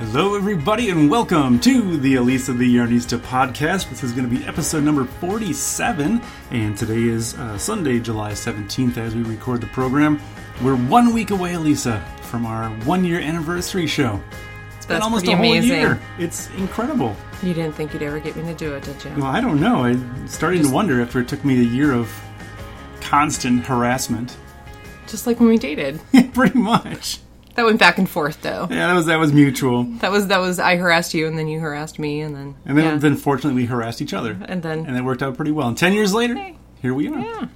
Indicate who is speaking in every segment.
Speaker 1: Hello, everybody, and welcome to the Elise of the Yarnista podcast. This is going to be episode number 47, and today is uh, Sunday, July 17th, as we record the program. We're one week away, Elisa, from our one year anniversary show. It's been
Speaker 2: That's
Speaker 1: almost a
Speaker 2: pretty
Speaker 1: whole
Speaker 2: amazing.
Speaker 1: year. It's incredible.
Speaker 2: You didn't think you'd ever get me to do it, did you?
Speaker 1: Well, I don't know. I'm starting to wonder after it took me a year of constant harassment.
Speaker 2: Just like when we dated.
Speaker 1: Pretty much.
Speaker 2: That went back and forth though.
Speaker 1: Yeah, that was that was mutual.
Speaker 2: That was that was I harassed you and then you harassed me and then
Speaker 1: And then,
Speaker 2: yeah.
Speaker 1: then fortunately, we harassed each other.
Speaker 2: And then-
Speaker 1: And it worked out pretty well. And 10 years later,
Speaker 2: Hey.
Speaker 1: here we are.
Speaker 2: yeah,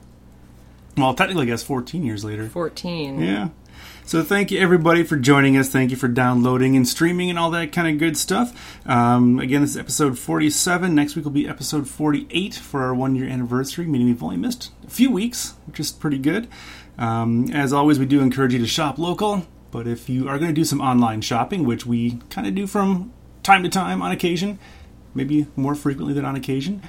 Speaker 1: Well, technically, I guess 14 years later.
Speaker 2: 14.
Speaker 1: Yeah. So thank you everybody for joining us. Thank you for downloading and streaming and all that kind of good stuff. Um, again, this is episode 47. Next week will be episode 48 for our one year anniversary, meaning we've only missed a few weeks, which is pretty good. Um, as always, we do encourage you to shop local. But if you are going to do some online shopping, which we kind of do from time to time on occasion, maybe more frequently than on occasion.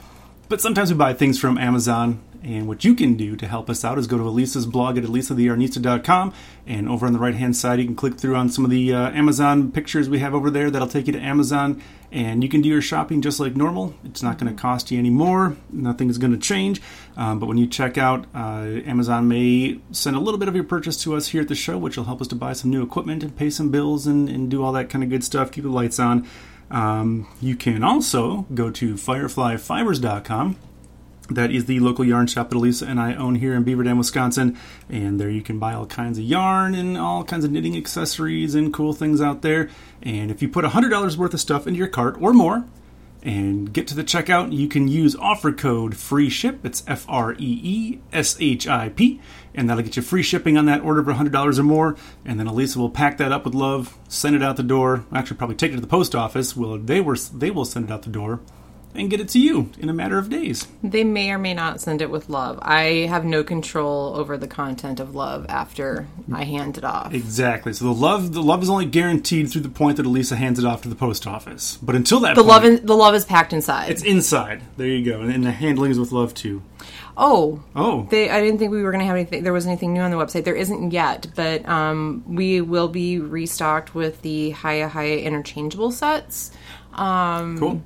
Speaker 1: But sometimes we buy things from Amazon, and what you can do to help us out is go to Elisa's blog at elisathearnista.com, and over on the right hand side, you can click through on some of the uh, Amazon pictures we have over there. That'll take you to Amazon, and you can do your shopping just like normal. It's not going to cost you any more, nothing is going to change. Um, but when you check out, uh, Amazon may send a little bit of your purchase to us here at the show, which will help us to buy some new equipment and pay some bills and, and do all that kind of good stuff, keep the lights on. Um, you can also go to fireflyfibers.com. That is the local yarn shop that Elisa and I own here in Beaver Dam, Wisconsin. And there you can buy all kinds of yarn and all kinds of knitting accessories and cool things out there. And if you put $100 worth of stuff into your cart or more, and get to the checkout, you can use offer code free E ship. It's F R E E S H I P, and that'll get you free shipping on that order for $100 or more. And then Elisa will pack that up with love, send it out the door. Actually, probably take it to the post office. Well, they were they will send it out the door and get it to you in a matter of days.
Speaker 2: They may or may not send it with love. I have no control over the content of love after I hand it off.
Speaker 1: Exactly. So the love the love is only guaranteed through the point that Elisa hands it off to the post office. But until that
Speaker 2: The love in, the love is packed inside.
Speaker 1: it's inside. There you go. And, and the handling is with love too.
Speaker 2: oh,
Speaker 1: Oh.
Speaker 2: They, I didn't think we were going to have anything. There was anything new on the website. There isn't yet, but um, we will be restocked with the Haya Haya interchangeable sets Um,
Speaker 1: cool.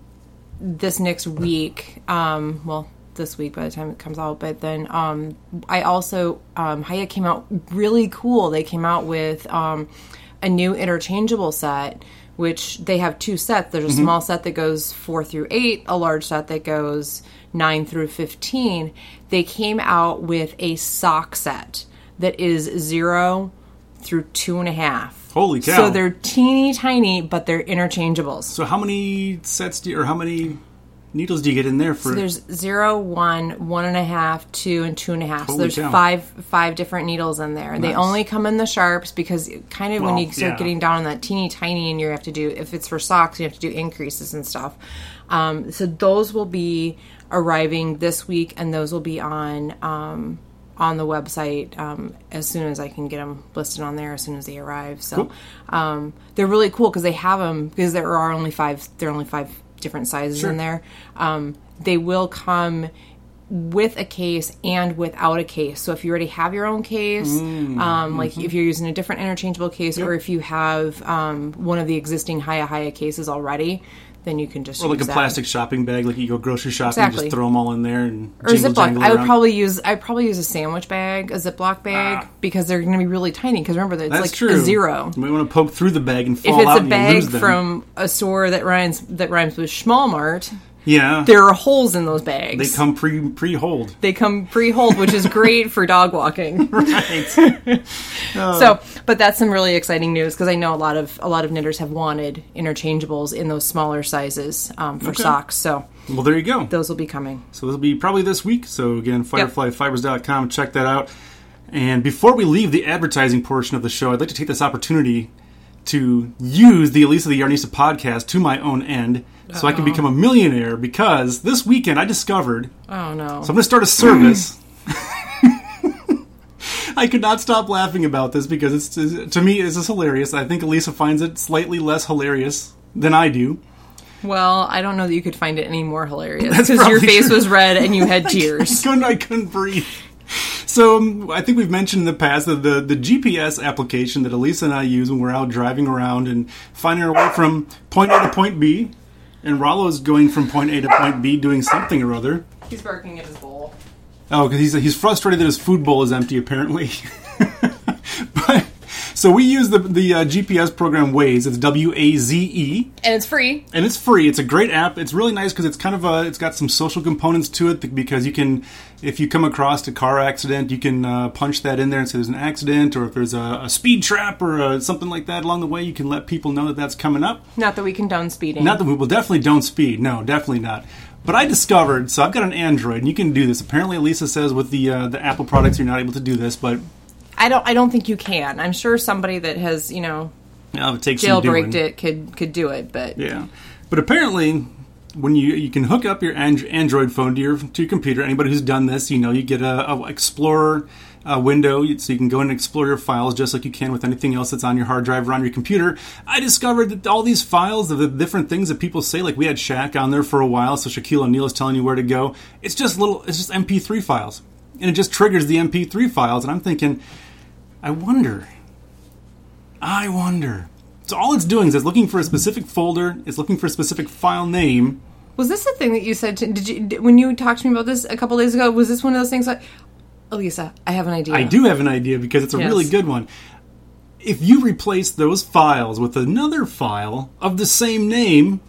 Speaker 2: this next week. Um, well, this week by the time it comes out, but then um, I also um, Haya came out really cool. They came out with um, a new interchangeable set. Which they have two sets. There's a
Speaker 1: Mm-hmm.
Speaker 2: small set that goes four through eight, a large set that goes nine through 15. They came out with a sock set that is zero through two and a half.
Speaker 1: Holy cow.
Speaker 2: So they're teeny tiny, but they're interchangeables.
Speaker 1: So how many sets do you, or how many needles do you get in there for?
Speaker 2: There's zero, one, one and a half, two, and two and a half.
Speaker 1: Holy
Speaker 2: so there's
Speaker 1: cow.
Speaker 2: five five different needles in there. They
Speaker 1: Nice.
Speaker 2: only come in the sharps because kind of when
Speaker 1: Well,
Speaker 2: you start
Speaker 1: yeah.
Speaker 2: getting down on that teeny tiny, and you have to do if it's for socks, you have to do increases and stuff. Um, so those will be arriving this week, and those will be on um, on the website um, as soon as I can get them listed on there as soon as they arrive. So um, they're really cool because they have them because there are only five. There are only five different sizes in there. Um, they will come with a case and without a case. So if you already have your own case,
Speaker 1: Mm,
Speaker 2: um,
Speaker 1: mm-hmm.
Speaker 2: like if you're using a different interchangeable case, or if you have um, one of the existing Haya Haya cases already, then you can just
Speaker 1: or like
Speaker 2: use
Speaker 1: a
Speaker 2: that.
Speaker 1: plastic shopping bag, like you go grocery shopping,
Speaker 2: Exactly.
Speaker 1: just throw them all in there and
Speaker 2: or
Speaker 1: jingle,
Speaker 2: Ziploc.
Speaker 1: jangle
Speaker 2: I would
Speaker 1: around.
Speaker 2: probably use I would probably use a sandwich bag, a Ziploc bag, because they're going to be really tiny. Because remember, that it's
Speaker 1: Ah. That's
Speaker 2: like
Speaker 1: true.
Speaker 2: a zero.
Speaker 1: You might want to poke through the bag and
Speaker 2: If
Speaker 1: fall out
Speaker 2: it's a
Speaker 1: and you
Speaker 2: bag
Speaker 1: lose them.
Speaker 2: from a store that rhymes that rhymes with Schmalmart,
Speaker 1: yeah,
Speaker 2: there are holes in those bags.
Speaker 1: they come pre pre hold.
Speaker 2: they come pre-hold, which is great for dog walking.
Speaker 1: Right. Oh.
Speaker 2: So, but that's some really exciting news because I know a lot of a lot of knitters have wanted interchangeables in those smaller sizes um, for socks. So
Speaker 1: well, there you go.
Speaker 2: those will be coming.
Speaker 1: So this will be probably this week. So again, fireflyfibers.com, check that out. And before we leave the advertising portion of the show, I'd like to take this opportunity to use the Elisa the Yarnista podcast to my own end so I can become a millionaire because this weekend I discovered
Speaker 2: Oh no!
Speaker 1: so I'm going to start a service. I could not stop laughing about this because it's to me this is hilarious. I think Elisa finds it slightly less hilarious than I do.
Speaker 2: well, I don't know that you could find it any more hilarious because your
Speaker 1: probably
Speaker 2: face
Speaker 1: true.
Speaker 2: was red and you had tears.
Speaker 1: couldn't I couldn't breathe. So um, I think we've mentioned in the past that the, the GPS application that Elisa and I use when we're out driving around and finding our way from point A to point B, and Rollo's going from point A to point B doing something or other.
Speaker 2: He's barking at his bowl.
Speaker 1: Oh, because he's he's frustrated that his food bowl is empty apparently. but so we use the the uh, GPS program Waze. It's W A Z E
Speaker 2: And it's free.
Speaker 1: and it's free. It's a great app. It's really nice because it's kind of a, it's got some social components to it th- because you can, if you come across a car accident, you can uh, punch that in there and say there's an accident, or if there's a, a speed trap or uh something like that along the way, you can let people know that that's coming up.
Speaker 2: Not that we condone speeding.
Speaker 1: Not that we will definitely don't speed. No, definitely not. But I discovered, so I've got an Android, and you can do this. Apparently, Lisa says with the uh, the Apple products, you're not able to do this, but
Speaker 2: I don't. I don't think you can. I'm sure somebody that has you know
Speaker 1: uh, it takes some doing.
Speaker 2: jailbreaked it could could do it, but
Speaker 1: Yeah, but apparently, when you you can hook up your and- Android phone to your to your computer, anybody who's done this, you know, you get a, a Explorer uh, window, you- so you can go in and explore your files just like you can with anything else that's on your hard drive or on your computer. I discovered that all these files of the different things that people say, like we had Shaq on there for a while, so Shaquille O'Neal is telling you where to go. It's just little, it's just MP3 files, and it just triggers the MP3 files, and I'm thinking, I wonder. I wonder. So all it's doing is it's looking for a specific folder, it's looking for a specific file name.
Speaker 2: was this the thing that you said? To, did you did, when you talked to me about this a couple days ago? Was this one of those things like, Elisa? I have an idea.
Speaker 1: I do have an idea because it's a
Speaker 2: Yes.
Speaker 1: really good one. If you replace those files with another file of the same name,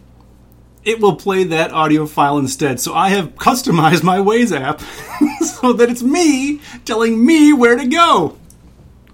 Speaker 1: it will play that audio file instead. So I have customized my Waze app so that it's me telling me where to go.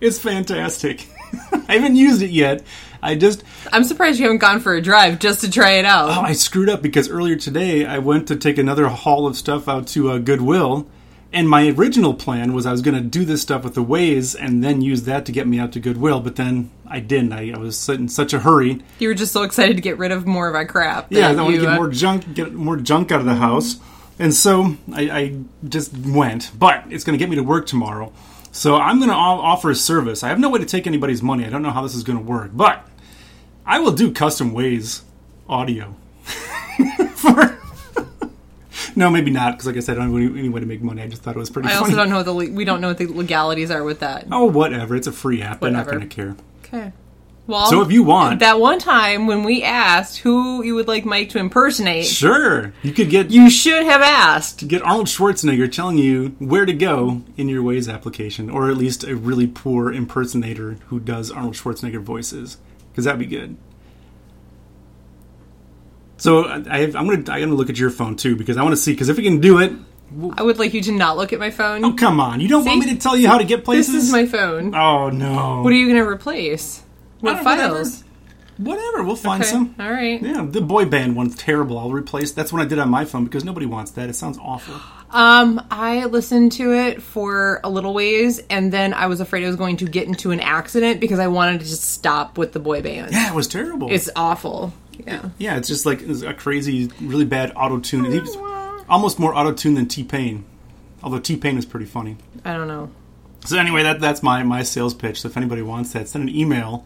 Speaker 1: It's fantastic. I haven't used it yet. I just
Speaker 2: I'm surprised you haven't gone for a drive just to try it out.
Speaker 1: Oh, I screwed up because earlier today I went to take another haul of stuff out to uh, Goodwill, and my original plan was I was going to do this stuff with the Waze and then use that to get me out to Goodwill, but then I didn't. I, I was in such a hurry.
Speaker 2: You were just so excited to get rid of more of our crap.
Speaker 1: Yeah, I
Speaker 2: that
Speaker 1: wanted
Speaker 2: you,
Speaker 1: to
Speaker 2: uh,
Speaker 1: get more junk, get more junk out of the house, and so I, I just went. But it's going to get me to work tomorrow, so I'm going to offer a service. I have no way to take anybody's money. I don't know how this is going to work, but I will do custom ways audio. For no, maybe not because, like I said, I don't have any- any way to make money. I just thought it was pretty
Speaker 2: I
Speaker 1: funny.
Speaker 2: also don't know what the le- we don't know what the legalities are with that.
Speaker 1: oh, whatever. It's a free app. I'm not
Speaker 2: Whatever.
Speaker 1: going to care.
Speaker 2: Okay. Well,
Speaker 1: So if you want-
Speaker 2: that one time when we asked who you would like Mike to impersonate,
Speaker 1: Sure, you could get
Speaker 2: you should have asked.
Speaker 1: get Arnold Schwarzenegger telling you where to go in your Waze application, or at least a really poor impersonator who does Arnold Schwarzenegger voices, because that'd be good. So I, I have, I'm gonna I'm gonna look at your phone too because I want to see because if we can do it,
Speaker 2: I would like you to not look at my phone.
Speaker 1: oh come on, you don't want
Speaker 2: See?
Speaker 1: me to tell you how to get
Speaker 2: This
Speaker 1: places.
Speaker 2: is my phone.
Speaker 1: oh no,
Speaker 2: What are you going to replace? What
Speaker 1: don't know, whatever.
Speaker 2: files?
Speaker 1: whatever, we'll find
Speaker 2: Okay.
Speaker 1: some.
Speaker 2: All right.
Speaker 1: Yeah, the boy band one's terrible. I'll replace. That's what I did on my phone because nobody wants that. It sounds awful.
Speaker 2: Um, I listened to it for a little ways, and then I was afraid I was going to get into an accident because I wanted to just stop with the boy band.
Speaker 1: Yeah, it was terrible.
Speaker 2: It's awful. Yeah.
Speaker 1: Yeah, it's just like it's a crazy, really bad auto tune. It's almost more auto tune than T Pain, although T Pain is pretty funny.
Speaker 2: I don't know.
Speaker 1: So anyway, that that's my my sales pitch. So if anybody wants that, send an email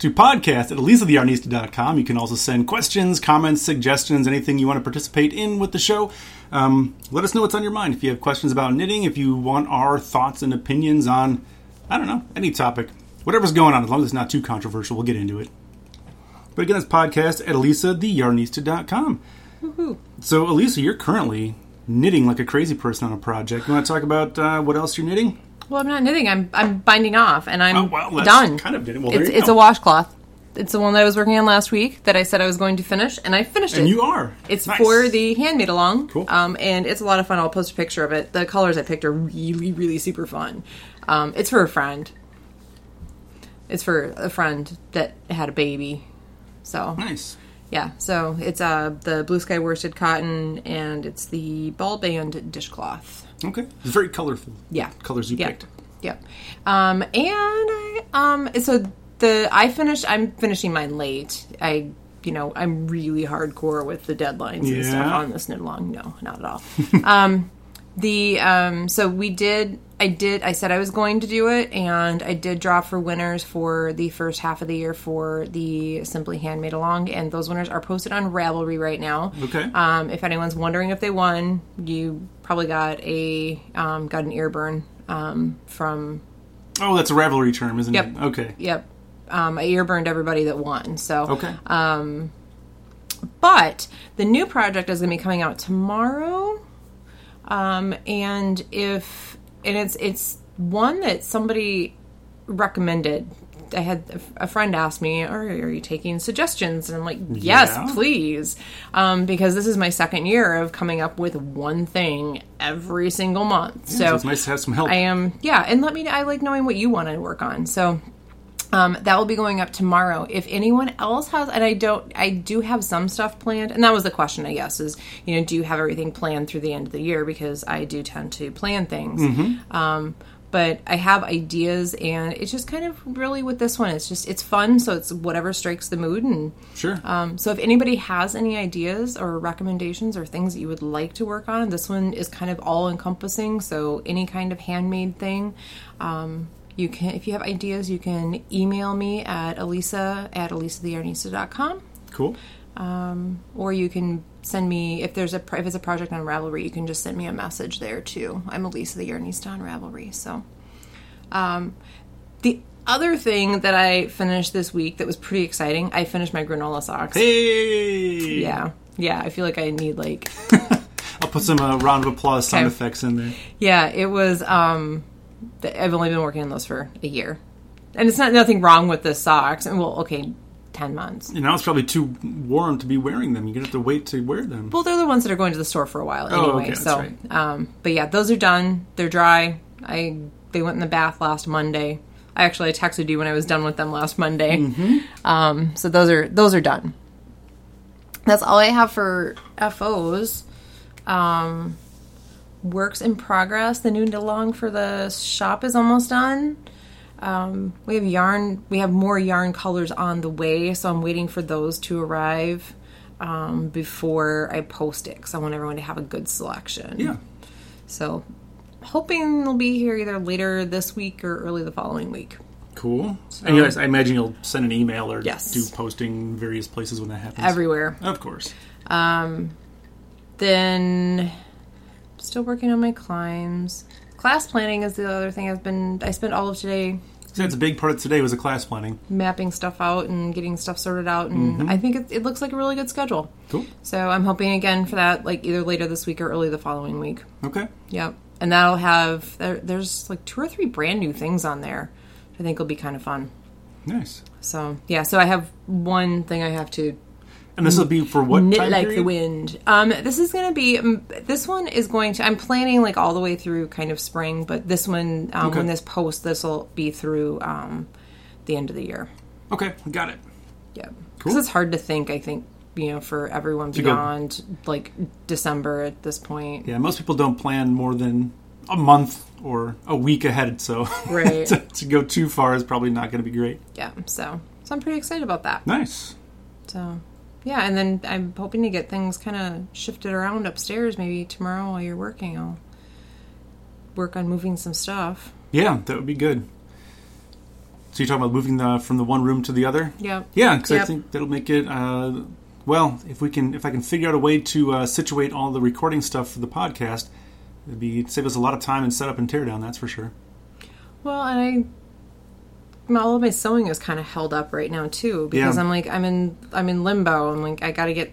Speaker 1: to podcast at elisathearnista.com. You can also send questions, comments, suggestions, anything you want to participate in with the show. Um, let us know what's on your mind. If you have questions about knitting, if you want our thoughts and opinions on, I don't know, any topic, whatever's going on, as long as it's not too controversial, we'll get into it. But again, that's podcast at elisatheyarnista.com. So, Elisa, you're currently knitting like a crazy person on a project. You want to talk about uh, what else you're knitting?
Speaker 2: Well, I'm not knitting. I'm I'm binding off, and I'm
Speaker 1: Oh, well, that's
Speaker 2: done.
Speaker 1: kind of did it. Well, there
Speaker 2: it's
Speaker 1: you
Speaker 2: it's
Speaker 1: go.
Speaker 2: a washcloth. It's the one that I was working on last week that I said I was going to finish, and I finished
Speaker 1: And
Speaker 2: it.
Speaker 1: you are.
Speaker 2: It's
Speaker 1: Nice.
Speaker 2: for the handmade along.
Speaker 1: Cool.
Speaker 2: Um, and it's a lot of fun. I'll post a picture of it. The colors I picked are really, really super fun. Um, it's for a friend. It's for a friend that had a baby. So
Speaker 1: nice.
Speaker 2: yeah, so it's uh the blue sky worsted cotton and it's the ball band dishcloth.
Speaker 1: Okay, it's very colorful.
Speaker 2: Yeah.
Speaker 1: colors you
Speaker 2: Yep.
Speaker 1: picked.
Speaker 2: Yep. Um, and I um so the I finished I'm finishing mine late. I you know, I'm really hardcore with the deadlines and stuff
Speaker 1: Yeah.
Speaker 2: on this knit along. No, not at all. um the um so we did I did I said I was going to do it and I did draw for winners for the first half of the year for the Simply Handmade Along and those winners are posted on Ravelry right now.
Speaker 1: Okay.
Speaker 2: Um, if anyone's wondering if they won, you probably got a um, got an ear burn um, from
Speaker 1: Oh, that's a rivalry term, isn't
Speaker 2: Yep.
Speaker 1: it? Okay.
Speaker 2: yep. Um, I ear burned everybody that won. So
Speaker 1: Okay.
Speaker 2: Uh, But the new project is going to be coming out tomorrow, um, and if and it's it's one that somebody recommended. I had a- a friend ask me, "Are are you taking suggestions?" And I'm like, "Yes,
Speaker 1: Yeah.
Speaker 2: please," um, because this is my second year of coming up with one thing every single month.
Speaker 1: so
Speaker 2: so
Speaker 1: it's nice to have some help.
Speaker 2: I am, yeah. And let me, I like knowing what you want to work on. So, um, that will be going up tomorrow. If anyone else has, and I don't, I do have some stuff planned. And that was the question, I guess, is, you know, do you have everything planned through the end of the year? Because I do tend to plan things. Um, but I have ideas, and it's just kind of really with this one. It's just it's fun, so it's whatever strikes the mood, and
Speaker 1: sure.
Speaker 2: um, so if anybody has any ideas or recommendations or things that you would like to work on, this one is kind of all encompassing. So any kind of handmade thing, um, you can. If you have ideas, you can email me at elisa at elisathearnista.com
Speaker 1: cool.
Speaker 2: or you can send me if there's a pro- if it's a project on Ravelry, you can just send me a message there too. I'm Elisa the Yarnista on Ravelry. So, um, the other thing that I finished this week that was pretty exciting, I finished my granola socks.
Speaker 1: Hey.
Speaker 2: Yeah. Yeah, I feel like I need like
Speaker 1: I'll put some uh, round of applause sound
Speaker 2: Okay.
Speaker 1: effects in there.
Speaker 2: Yeah, it was um th- I've only been working on those for a year. And it's not nothing wrong with the socks. And well, okay, 10 months.
Speaker 1: And now it's probably too warm to be wearing them. You're gonna have to wait to wear them.
Speaker 2: Well, they're the ones that are going to the store for a while anyway.
Speaker 1: Oh, okay, that's
Speaker 2: so,
Speaker 1: right.
Speaker 2: um but yeah, those are done. They're dry. I they went in the bath last Monday. I actually I texted you when I was done with them last Monday.
Speaker 1: Mm-hmm.
Speaker 2: Um so those are those are done. That's all I have for FOs. works in progress. The new DeLong for the shop is almost done. Um, we have yarn. We have more yarn colors on the way, so I'm waiting for those to arrive um, before I post it because I want everyone to have a good selection.
Speaker 1: Yeah.
Speaker 2: So, hoping they'll be here either later this week or early the following week.
Speaker 1: Cool. and yes, I imagine you'll send an email or
Speaker 2: Yes.
Speaker 1: do posting various places when that happens.
Speaker 2: Everywhere.
Speaker 1: of course.
Speaker 2: Then, still working on my climbs. Class planning is the other thing I've been. I spent all of today
Speaker 1: So that's a big part of today was the class planning.
Speaker 2: mapping stuff out and getting stuff sorted out and i think it, it looks like a really good schedule
Speaker 1: Cool.
Speaker 2: so i'm hoping again for that like either later this week or early the following week
Speaker 1: Okay.
Speaker 2: yep and that'll have there, there's like two or three brand new things on there i think will be kind of fun
Speaker 1: Nice.
Speaker 2: so yeah so i have one thing i have to
Speaker 1: And this will be for what
Speaker 2: knit
Speaker 1: time
Speaker 2: like
Speaker 1: period?
Speaker 2: the wind um this is gonna be um, this one is going to i'm planning like all the way through kind of spring but this one um,
Speaker 1: Okay.
Speaker 2: when this post this will be through um the end of the year
Speaker 1: Okay, got it.
Speaker 2: Yeah, because
Speaker 1: Cool.
Speaker 2: it's hard to think. I think you know for everyone
Speaker 1: go-
Speaker 2: beyond like December at this point,
Speaker 1: Yeah, most people don't plan more than a month or a week ahead, so
Speaker 2: Right.
Speaker 1: to, to go too far is probably not going to be great.
Speaker 2: yeah. So, so I'm pretty excited about that.
Speaker 1: Nice.
Speaker 2: So, yeah, and then I'm hoping to get things kind of shifted around upstairs. Maybe tomorrow while you're working, I'll work on moving some stuff.
Speaker 1: Yeah, that would be good. So you're talking about moving the, from the one room to the other?
Speaker 2: Yep.
Speaker 1: Yeah, because I
Speaker 2: Yep.
Speaker 1: think that'll make it. Uh, well, if we can, if I can figure out a way to uh, situate all the recording stuff for the podcast, it'd be it'd save us a lot of time and setup and teardown. That's for sure.
Speaker 2: Well, and I my- all of my sewing is kind of held up right now too because
Speaker 1: Yeah.
Speaker 2: I'm like I'm in I'm in limbo. I'm like I got to get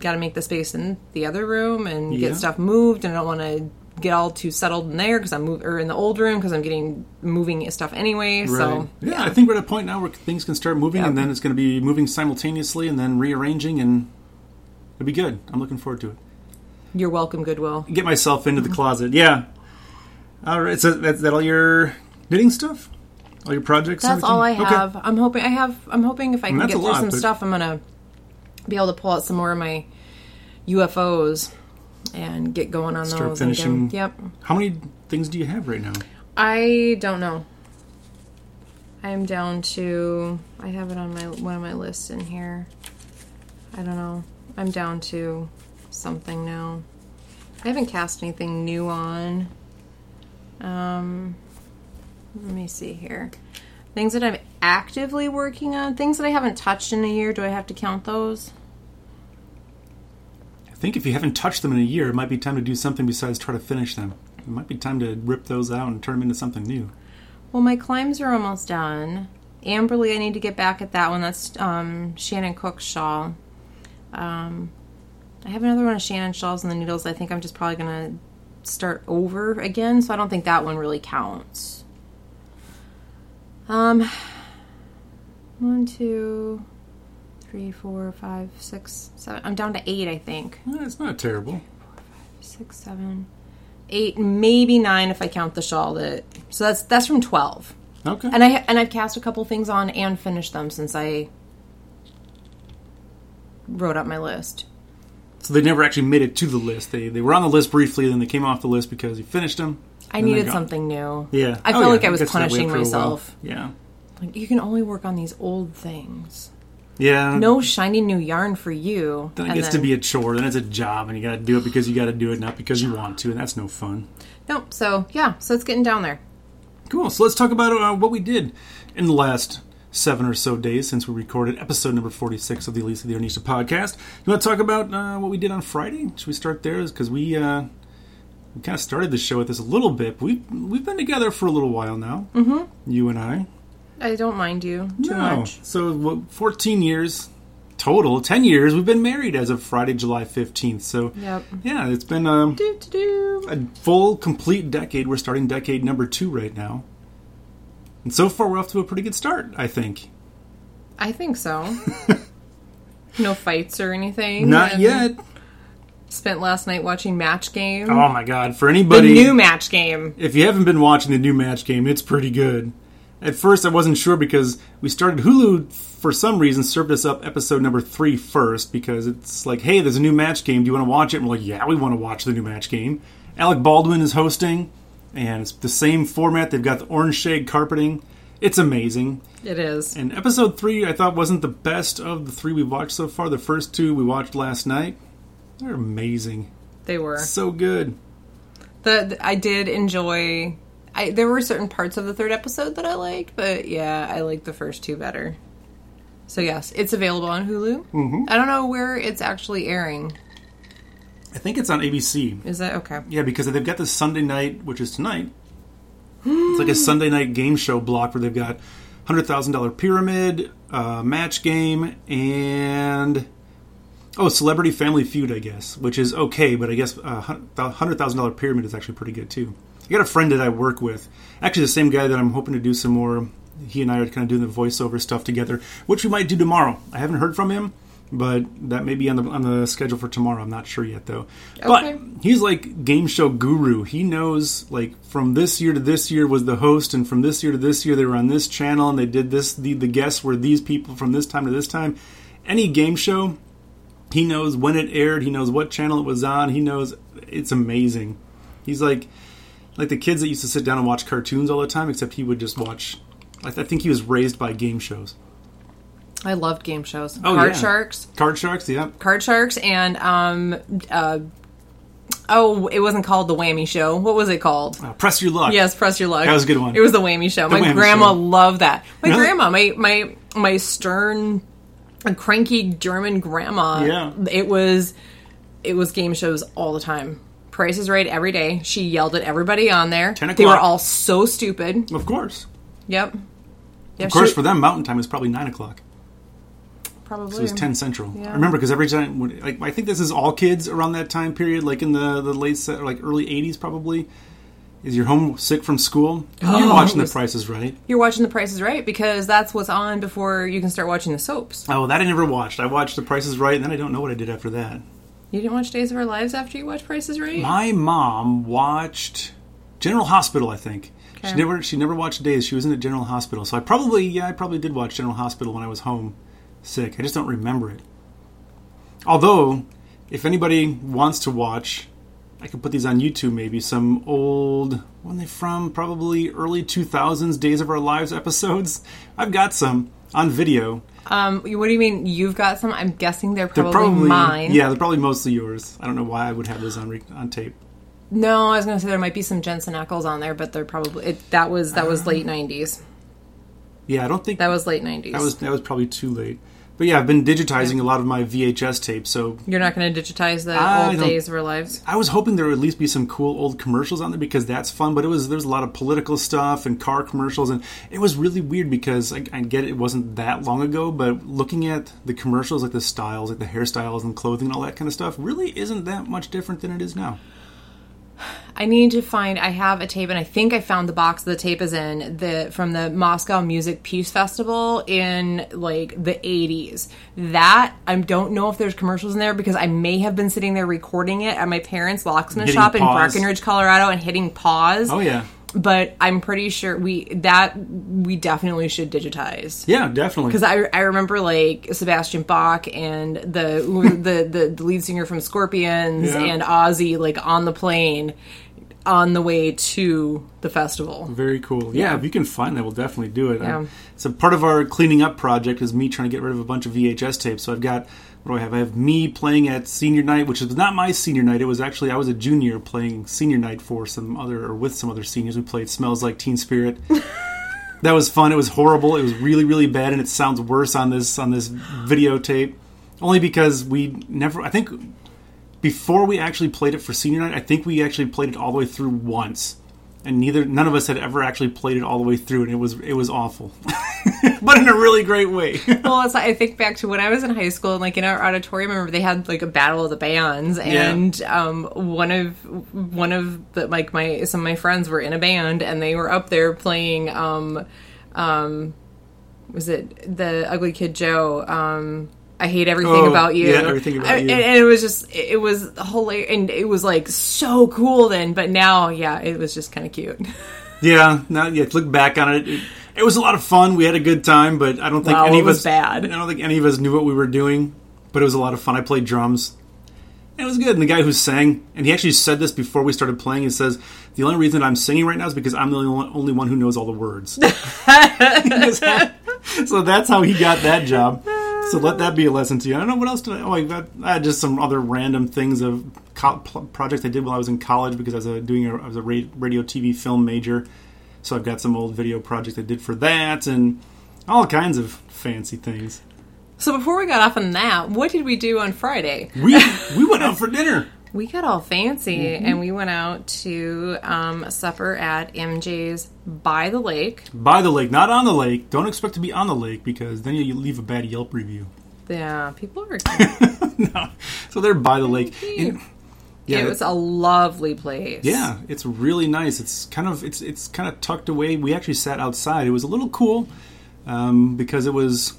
Speaker 2: got to make the space in the other room and
Speaker 1: Yeah.
Speaker 2: get stuff moved and I don't want to get all too settled in there because I'm move, or in the old room because I'm getting moving stuff anyway. So
Speaker 1: yeah, I think we're at a point now where things can start moving, and
Speaker 2: Yep.
Speaker 1: then it's going to be moving simultaneously, and then rearranging, and it'll be good. I'm looking forward to it.
Speaker 2: you're welcome, Goodwill.
Speaker 1: Get myself into the
Speaker 2: Mm-hmm.
Speaker 1: closet. Yeah. All right. So that's that all your knitting stuff, all your projects. and
Speaker 2: That's all I
Speaker 1: everything? Okay.
Speaker 2: have. I'm hoping I have. I'm hoping if I can
Speaker 1: that's
Speaker 2: get
Speaker 1: a
Speaker 2: through
Speaker 1: lot,
Speaker 2: some
Speaker 1: but-
Speaker 2: stuff, I'm gonna be able to pull out some more of my UFOs and get going on
Speaker 1: Start
Speaker 2: those. and get 'em-
Speaker 1: finishing-
Speaker 2: Yep.
Speaker 1: How many things do you have right now?
Speaker 2: I don't know. I'm down to. I have it on my one of my lists in here. I don't know. I'm down to something now. I haven't cast anything new on. Um, let me see here. Things that I'm actively working on. Things that I haven't touched in a year. Do I have to count those?
Speaker 1: I think if you haven't touched them in a year, it might be time to do something besides try to finish them. It might be time to rip those out and turn them into something new.
Speaker 2: Well, my climbs are almost done. Amberly, I need to get back at that one. That's um, Shannon Cook's shawl. Um, I have another one of Shannon shawls and the needles. I think I'm just probably gonna start over again, so I don't think that one really counts. Um, one, two, three, four, five, six, seven. I'm down to eight, I think.
Speaker 1: Eh, it's not terrible.
Speaker 2: Six, seven, eight, maybe nine if I count the shawl. That so that's that's from twelve
Speaker 1: Okay.
Speaker 2: and I and I've cast a couple things on and finished them since I wrote up my list.
Speaker 1: so they never actually made it to the list. They they were on the list briefly, then they came off the list because you finished them.
Speaker 2: I
Speaker 1: Then they're
Speaker 2: needed
Speaker 1: gone.
Speaker 2: something new.
Speaker 1: Yeah.
Speaker 2: I
Speaker 1: Oh,
Speaker 2: felt
Speaker 1: yeah,
Speaker 2: like I was
Speaker 1: guess that way
Speaker 2: punishing
Speaker 1: for a while.
Speaker 2: myself.
Speaker 1: Yeah.
Speaker 2: Like you can only work on these old things.
Speaker 1: Yeah.
Speaker 2: No shiny new yarn for you.
Speaker 1: Then it
Speaker 2: And
Speaker 1: gets to be a chore. Then it's a job, and you got to do it because you got to do it, not because you want to, and that's no fun.
Speaker 2: nope. So yeah, so it's getting down there.
Speaker 1: Cool. So let's talk about uh, what we did in the last seven or so days since we recorded episode number 46 of the Elisa the Onista podcast. You want to talk about uh, what we did on Friday? Should we start there? Because we, uh, we kind of started the show with this a little bit. But we, we've been together for a little while now, mm-hmm. you and I.
Speaker 2: I don't mind you too
Speaker 1: No.
Speaker 2: much.
Speaker 1: So, what, 14 years total, 10 years, we've been married as of Friday, July 15th. So,
Speaker 2: Yep.
Speaker 1: yeah, it's been um,
Speaker 2: Do do do.
Speaker 1: a full, complete decade. We're starting decade number two right now. And so far, we're off to a pretty good start, I think.
Speaker 2: I think so. no fights or anything.
Speaker 1: Not
Speaker 2: and
Speaker 1: yet.
Speaker 2: Spent last night watching match game.
Speaker 1: Oh my god, for
Speaker 2: the
Speaker 1: anybody.
Speaker 2: new match game.
Speaker 1: if you haven't been watching the new match game, it's pretty good. At first, I wasn't sure because we started Hulu for some reason served us up episode number three first because it's like, hey, there's a new match game. Do you want to watch it? And we're like, yeah, we want to watch the new match game. Alec Baldwin is hosting, and it's the same format. They've got the orange shade carpeting. It's amazing.
Speaker 2: It is.
Speaker 1: And episode three, I thought wasn't the best of the three we've watched so far. The first two we watched last night, they're amazing.
Speaker 2: They were.
Speaker 1: So good.
Speaker 2: the, the- I did enjoy. I there were certain parts of the third episode that I liked, but yeah, I liked the first two better. So yes, it's available on Hulu. Mm-hmm. I don't know where it's actually airing.
Speaker 1: I think it's on ABC.
Speaker 2: Is it okay?
Speaker 1: Yeah, because they've got this Sunday night, which is tonight. it's like a Sunday night game show block where they've got hundred thousand dollar pyramid, uh, match game, and oh, Celebrity Family Feud, I guess, which is okay, but I guess uh, hun- the hundred thousand dollar pyramid is actually pretty good too. I got a friend that I work with, actually the same guy that I'm hoping to do some more. He and I are kind of doing the voiceover stuff together, which we might do tomorrow. I haven't heard from him, but that may be on the on the schedule for tomorrow. I'm not sure yet though.
Speaker 2: Okay.
Speaker 1: But he's like game show guru. He knows like from this year to this year was the host, and from this year to this year they were on this channel and they did this. The the guests were these people from this time to this time. Any game show, he knows when it aired. He knows what channel it was on. He knows it's amazing. He's like like the kids that used to sit down and watch cartoons all the time, except he would just watch. I, th- I think he was raised by game shows.
Speaker 2: I loved game shows.
Speaker 1: Oh,
Speaker 2: Card
Speaker 1: yeah.
Speaker 2: Sharks,
Speaker 1: Card Sharks, yeah.
Speaker 2: Card Sharks, and um, uh, oh, it wasn't called the Whammy Show. What was it called?
Speaker 1: Uh, press your luck.
Speaker 2: Yes, press your luck.
Speaker 1: That was a good one.
Speaker 2: It was the whammy show. my
Speaker 1: whammy
Speaker 2: grandma
Speaker 1: show.
Speaker 2: loved that. My
Speaker 1: Really?
Speaker 2: grandma, my my my stern, cranky German grandma.
Speaker 1: Yeah.
Speaker 2: it was it was game shows all the time. Price is Right every day. She yelled at everybody on there.
Speaker 1: 10
Speaker 2: They were
Speaker 1: o'clock.
Speaker 2: all so stupid.
Speaker 1: Of course.
Speaker 2: Yep. Yeah,
Speaker 1: Of course,
Speaker 2: she-
Speaker 1: for them, Mountain Time is probably 9 o'clock.
Speaker 2: probably
Speaker 1: It was 10 Central.
Speaker 2: Yeah.
Speaker 1: I remember because every time, when- like, I think this is all kids around that time period, like in the, the late, se- or like early 80s probably. Is your home sick from school? You're
Speaker 2: Oh,
Speaker 1: watching The Prices Right.
Speaker 2: You're watching The Price is Right because that's what's on before you can start watching the soaps.
Speaker 1: Oh, that I never watched. I watched The Prices Right, and then I don't know what I did after that.
Speaker 2: You didn't watch Days of Our Lives after you watched Price is Right.
Speaker 1: My mom watched General Hospital, I think. She
Speaker 2: Okay.
Speaker 1: never she never watched Days. She was in at General Hospital. So I probably yeah, I probably did watch General Hospital when I was home sick. I just don't remember it. Although, if anybody wants to watch, I could put these on YouTube maybe some old when they from probably early 2000s Days of Our Lives episodes. I've got some on video.
Speaker 2: Um, what do you mean? You've got some? I'm guessing they're
Speaker 1: They're
Speaker 2: probably, mine.
Speaker 1: Yeah, they're probably mostly yours. I don't know why I would have those on re- on tape.
Speaker 2: No, I was gonna say there might be some Jensen Ackles on there, but they're probably it, that
Speaker 1: Ah.
Speaker 2: was that was late nineties.
Speaker 1: Yeah, I don't think
Speaker 2: That was late nineties.
Speaker 1: That was that was probably too late. But yeah, I've been digitizing a lot of my VHS tapes, so
Speaker 2: You're not going to digitize the
Speaker 1: I
Speaker 2: old
Speaker 1: don't-
Speaker 2: days of our lives.
Speaker 1: I was hoping there would at least be some cool old commercials on there because that's fun. But it was there's a lot of political stuff and car commercials, and it was really weird because I, I get it wasn't that long ago, but looking at the commercials, like the styles, like the hairstyles and clothing and all that kind of stuff, really isn't that much different than it is now.
Speaker 2: I need to find. I have a tape, and I think I found the box the tape is in the from the Moscow Music Peace Festival in like the eighties. That I don't know if there's commercials in there because I may have been sitting there recording it at my parents' locksmith
Speaker 1: Hitting
Speaker 2: shop in
Speaker 1: pause.
Speaker 2: Breckenridge, Colorado, and hitting pause.
Speaker 1: Oh yeah,
Speaker 2: But I'm pretty sure we that we definitely should digitize.
Speaker 1: yeah, definitely.
Speaker 2: Because I, I remember like Sebastian Bach and the the, the the lead singer from Scorpions
Speaker 1: Yeah.
Speaker 2: and Ozzy like on the plane on the way to the festival.
Speaker 1: Very cool. Yeah, if you can find that, we'll definitely do it. Um,
Speaker 2: Yeah.
Speaker 1: so part of our cleaning up project is me trying to get rid of a bunch of VHS tapes. So I've got what do I have? I have me playing at senior night, which is not my senior night. It was actually I was a junior playing senior night for some other or with some other seniors. We played Smells Like Teen Spirit. that was fun. It was horrible. It was really really bad, and it sounds worse on this on this videotape. Only because we never. I think before we actually played it for senior night, I think we actually played it all the way through once, and neither none of us had ever actually played it all the way through, and it was it was awful, but in a really great way.
Speaker 2: well, it's, I think back to when I was in high school and like in our auditorium, I remember they had like a battle of the bands, and um, one of one of the like my some of my friends were in a band and they were up there playing. Um, um, was it the Ugly Kid Joe? Um, I hate everything
Speaker 1: Oh,
Speaker 2: about you.
Speaker 1: yeah, Everything About
Speaker 2: I-
Speaker 1: You.
Speaker 2: And, and it was just it was hilarious, and it was like so cool then. But now, yeah, it was just kind of cute.
Speaker 1: yeah, now yeah, look back on it, it. It was a lot of fun. We had a good time, but I don't think
Speaker 2: Wow,
Speaker 1: any
Speaker 2: it
Speaker 1: of
Speaker 2: was
Speaker 1: us
Speaker 2: bad.
Speaker 1: I don't think any of us knew what we were doing, but it was a lot of fun. I played drums. It was good. And the guy who sang, and he actually said this before we started playing. He says, "The only reason I'm singing right now is because I'm the only one, only one who knows all the words." so that's how he got that job. So let that be a lesson to you. I don't know what else did I. Oh, I, got, I had just some other random things of co- pl- projects I did while I was in college because I was a, doing a, I was a ra- radio, TV, film major. So I've got some old video projects I did for that and all kinds of fancy things.
Speaker 2: so before we got off on that, what did we do on Friday?
Speaker 1: We we went out for dinner.
Speaker 2: We got all fancy
Speaker 1: Mm-hmm.
Speaker 2: and we went out to um, supper at MJ's by the lake.
Speaker 1: By the lake, not on the lake. Don't expect to be on the lake because then you leave a bad Yelp review.
Speaker 2: Yeah, people are.
Speaker 1: no, so they're by the lake. And-
Speaker 2: Oh, it was a lovely place.
Speaker 1: Yeah, it's really nice. It's kind of it's it's kind of tucked away. We actually sat outside. It was a little cool um, because it was,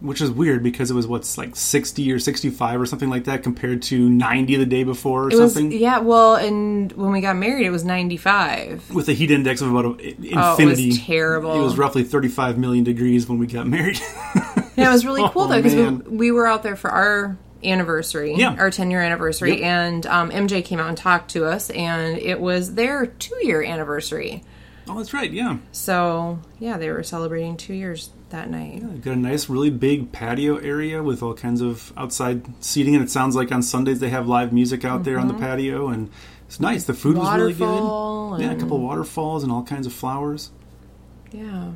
Speaker 1: which is weird because it was what's like sixty or sixty five or something like that compared to ninety the day before or
Speaker 2: It was,
Speaker 1: something.
Speaker 2: yeah, well, and when we got married, it was 95.
Speaker 1: With a heat index of about a, infinity.
Speaker 2: Oh, it was terrible.
Speaker 1: It was roughly thirty five million degrees when we got married. Oh,
Speaker 2: And it was really cool, though, because
Speaker 1: man.
Speaker 2: we, we were out there for our anniversary,
Speaker 1: Yeah.
Speaker 2: our 10 year anniversary,
Speaker 1: Yep.
Speaker 2: and um, MJ came out and talked to us, and it was their two year anniversary.
Speaker 1: oh, that's right. Yeah.
Speaker 2: So, yeah, they were celebrating two years that night.
Speaker 1: We've got a nice, really big patio area with all kinds of outside seating, and it sounds like on Sundays they have live music out there on the patio, and it's nice. The food
Speaker 2: Mm-hmm. Waterfall
Speaker 1: was really good. Yeah, a
Speaker 2: and-
Speaker 1: couple waterfalls and all kinds of flowers.
Speaker 2: Yeah.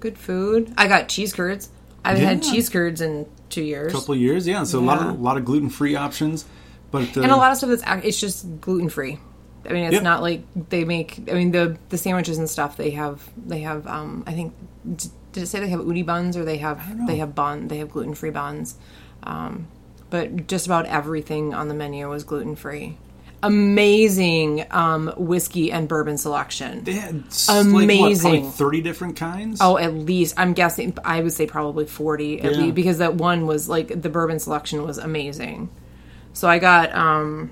Speaker 2: Good food. I got cheese curds. I haven't had
Speaker 1: Yeah.
Speaker 2: cheese curds in two years.
Speaker 1: A couple years, yeah. So a lot of a
Speaker 2: Yeah.
Speaker 1: lot of gluten free options, but uh,
Speaker 2: and a lot of stuff that's ac- it's just gluten free. I mean, it's
Speaker 1: Yep.
Speaker 2: not like they make. I mean, the the sandwiches and stuff they have. They have. Um, I think d- did it say they have uni buns or they have they have bun they have gluten free buns, um, but just about everything on the menu was gluten free. Amazing um, whiskey and bourbon selection.
Speaker 1: they had s- like, what, probably
Speaker 2: Amazing.
Speaker 1: thirty different kinds.
Speaker 2: Oh, at least I'm guessing. I would say probably forty at
Speaker 1: Yeah.
Speaker 2: least because that one was like the bourbon selection was amazing. So I got um,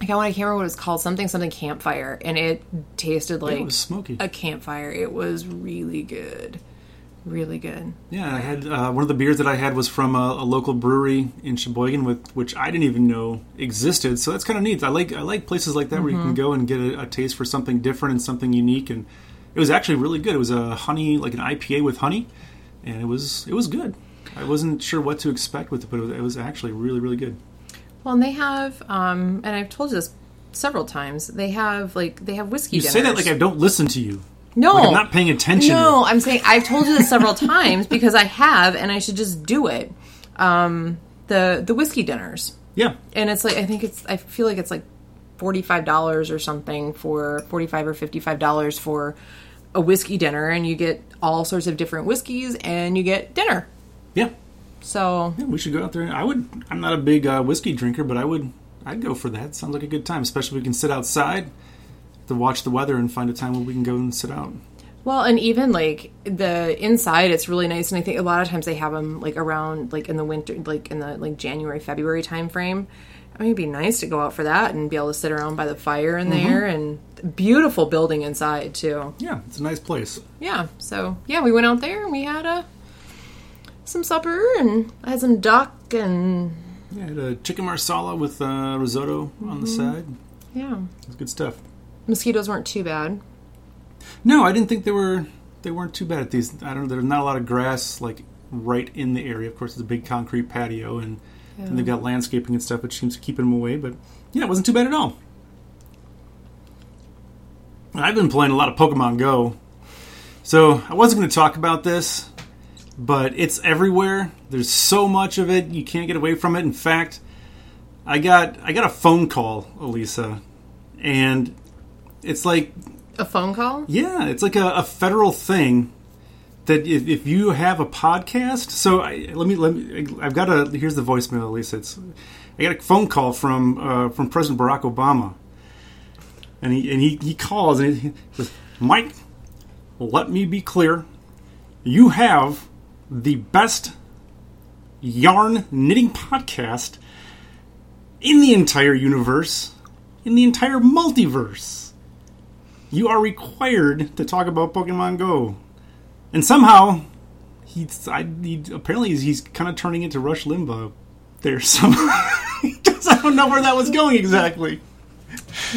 Speaker 2: I got one. I can't remember what it's called. Something something campfire, and it tasted like
Speaker 1: it was smoky.
Speaker 2: a campfire. It was really good, really good.
Speaker 1: Yeah, I had uh, one of the beers that I had was from a, a local brewery in Sheboygan, with which I didn't even know existed. So that's kind of neat. I like I like places like that where you can go and get a, a taste for something different and something unique. And it was actually really good. It was a honey, like an IPA with honey, and it was it was good. I wasn't sure what to expect with it, but it was, it was actually really really good.
Speaker 2: Well, and they have um, and I've told you this several times. They have like they have whiskey.
Speaker 1: You say that like I don't listen to you.
Speaker 2: no,
Speaker 1: Like I'm not paying attention.
Speaker 2: No, I'm saying I've told you this several times because I have, and I should just do it. um, the the whiskey dinners,
Speaker 1: Yeah.
Speaker 2: and it's like I think it's I feel like it's like forty five dollars or something for forty five or fifty five dollars for a whiskey dinner, and you get all sorts of different whiskeys, and you get dinner.
Speaker 1: Yeah.
Speaker 2: So
Speaker 1: Yeah, we should go out there. I would. I'm not a big uh, whiskey drinker, but I would. I'd go for that. Sounds like a good time, especially if we can sit outside to watch the weather and find a time where we can go and sit out.
Speaker 2: Well, and even like the inside, it's really nice, and I think a lot of times they have them like around like in the winter, like in the like January February time frame. I mean, it'd be nice to go out for that and be able to sit around by the fire in there, and beautiful building inside too.
Speaker 1: Yeah, it's a nice place.
Speaker 2: Yeah, so yeah, we went out there and we had uh, some supper and I had some duck and
Speaker 1: Yeah, I had a chicken marsala with uh, risotto on the side.
Speaker 2: yeah,
Speaker 1: It's good stuff.
Speaker 2: mosquitoes weren't too bad.
Speaker 1: No, I didn't think they were. They weren't too bad at these. I don't know. There's not a lot of grass like right in the area. Of course, it's a big concrete patio, and, and they've got landscaping and stuff, which seems to keep them away. But yeah, it wasn't too bad at all. And I've been playing a lot of Pokemon Go, so I wasn't going to talk about this, but it's everywhere. There's so much of it, you can't get away from it. In fact, I got I got a phone call, Elisa, and it's like
Speaker 2: A phone call?
Speaker 1: yeah, it's like a, a federal thing that if, if you have a podcast, so I, let me let me. I've got a here's the voicemail. At least it's I got a phone call from uh, from President Barack Obama, and he and he, he calls and he says, "Mike, let me be clear. You have the best yarn knitting podcast in the entire universe, in the entire multiverse." you are required to talk about Pokemon Go. And somehow, he's I, he apparently he's, he's kind of turning into Rush Limbaugh there somehow. 'Cause I don't know where that was going exactly.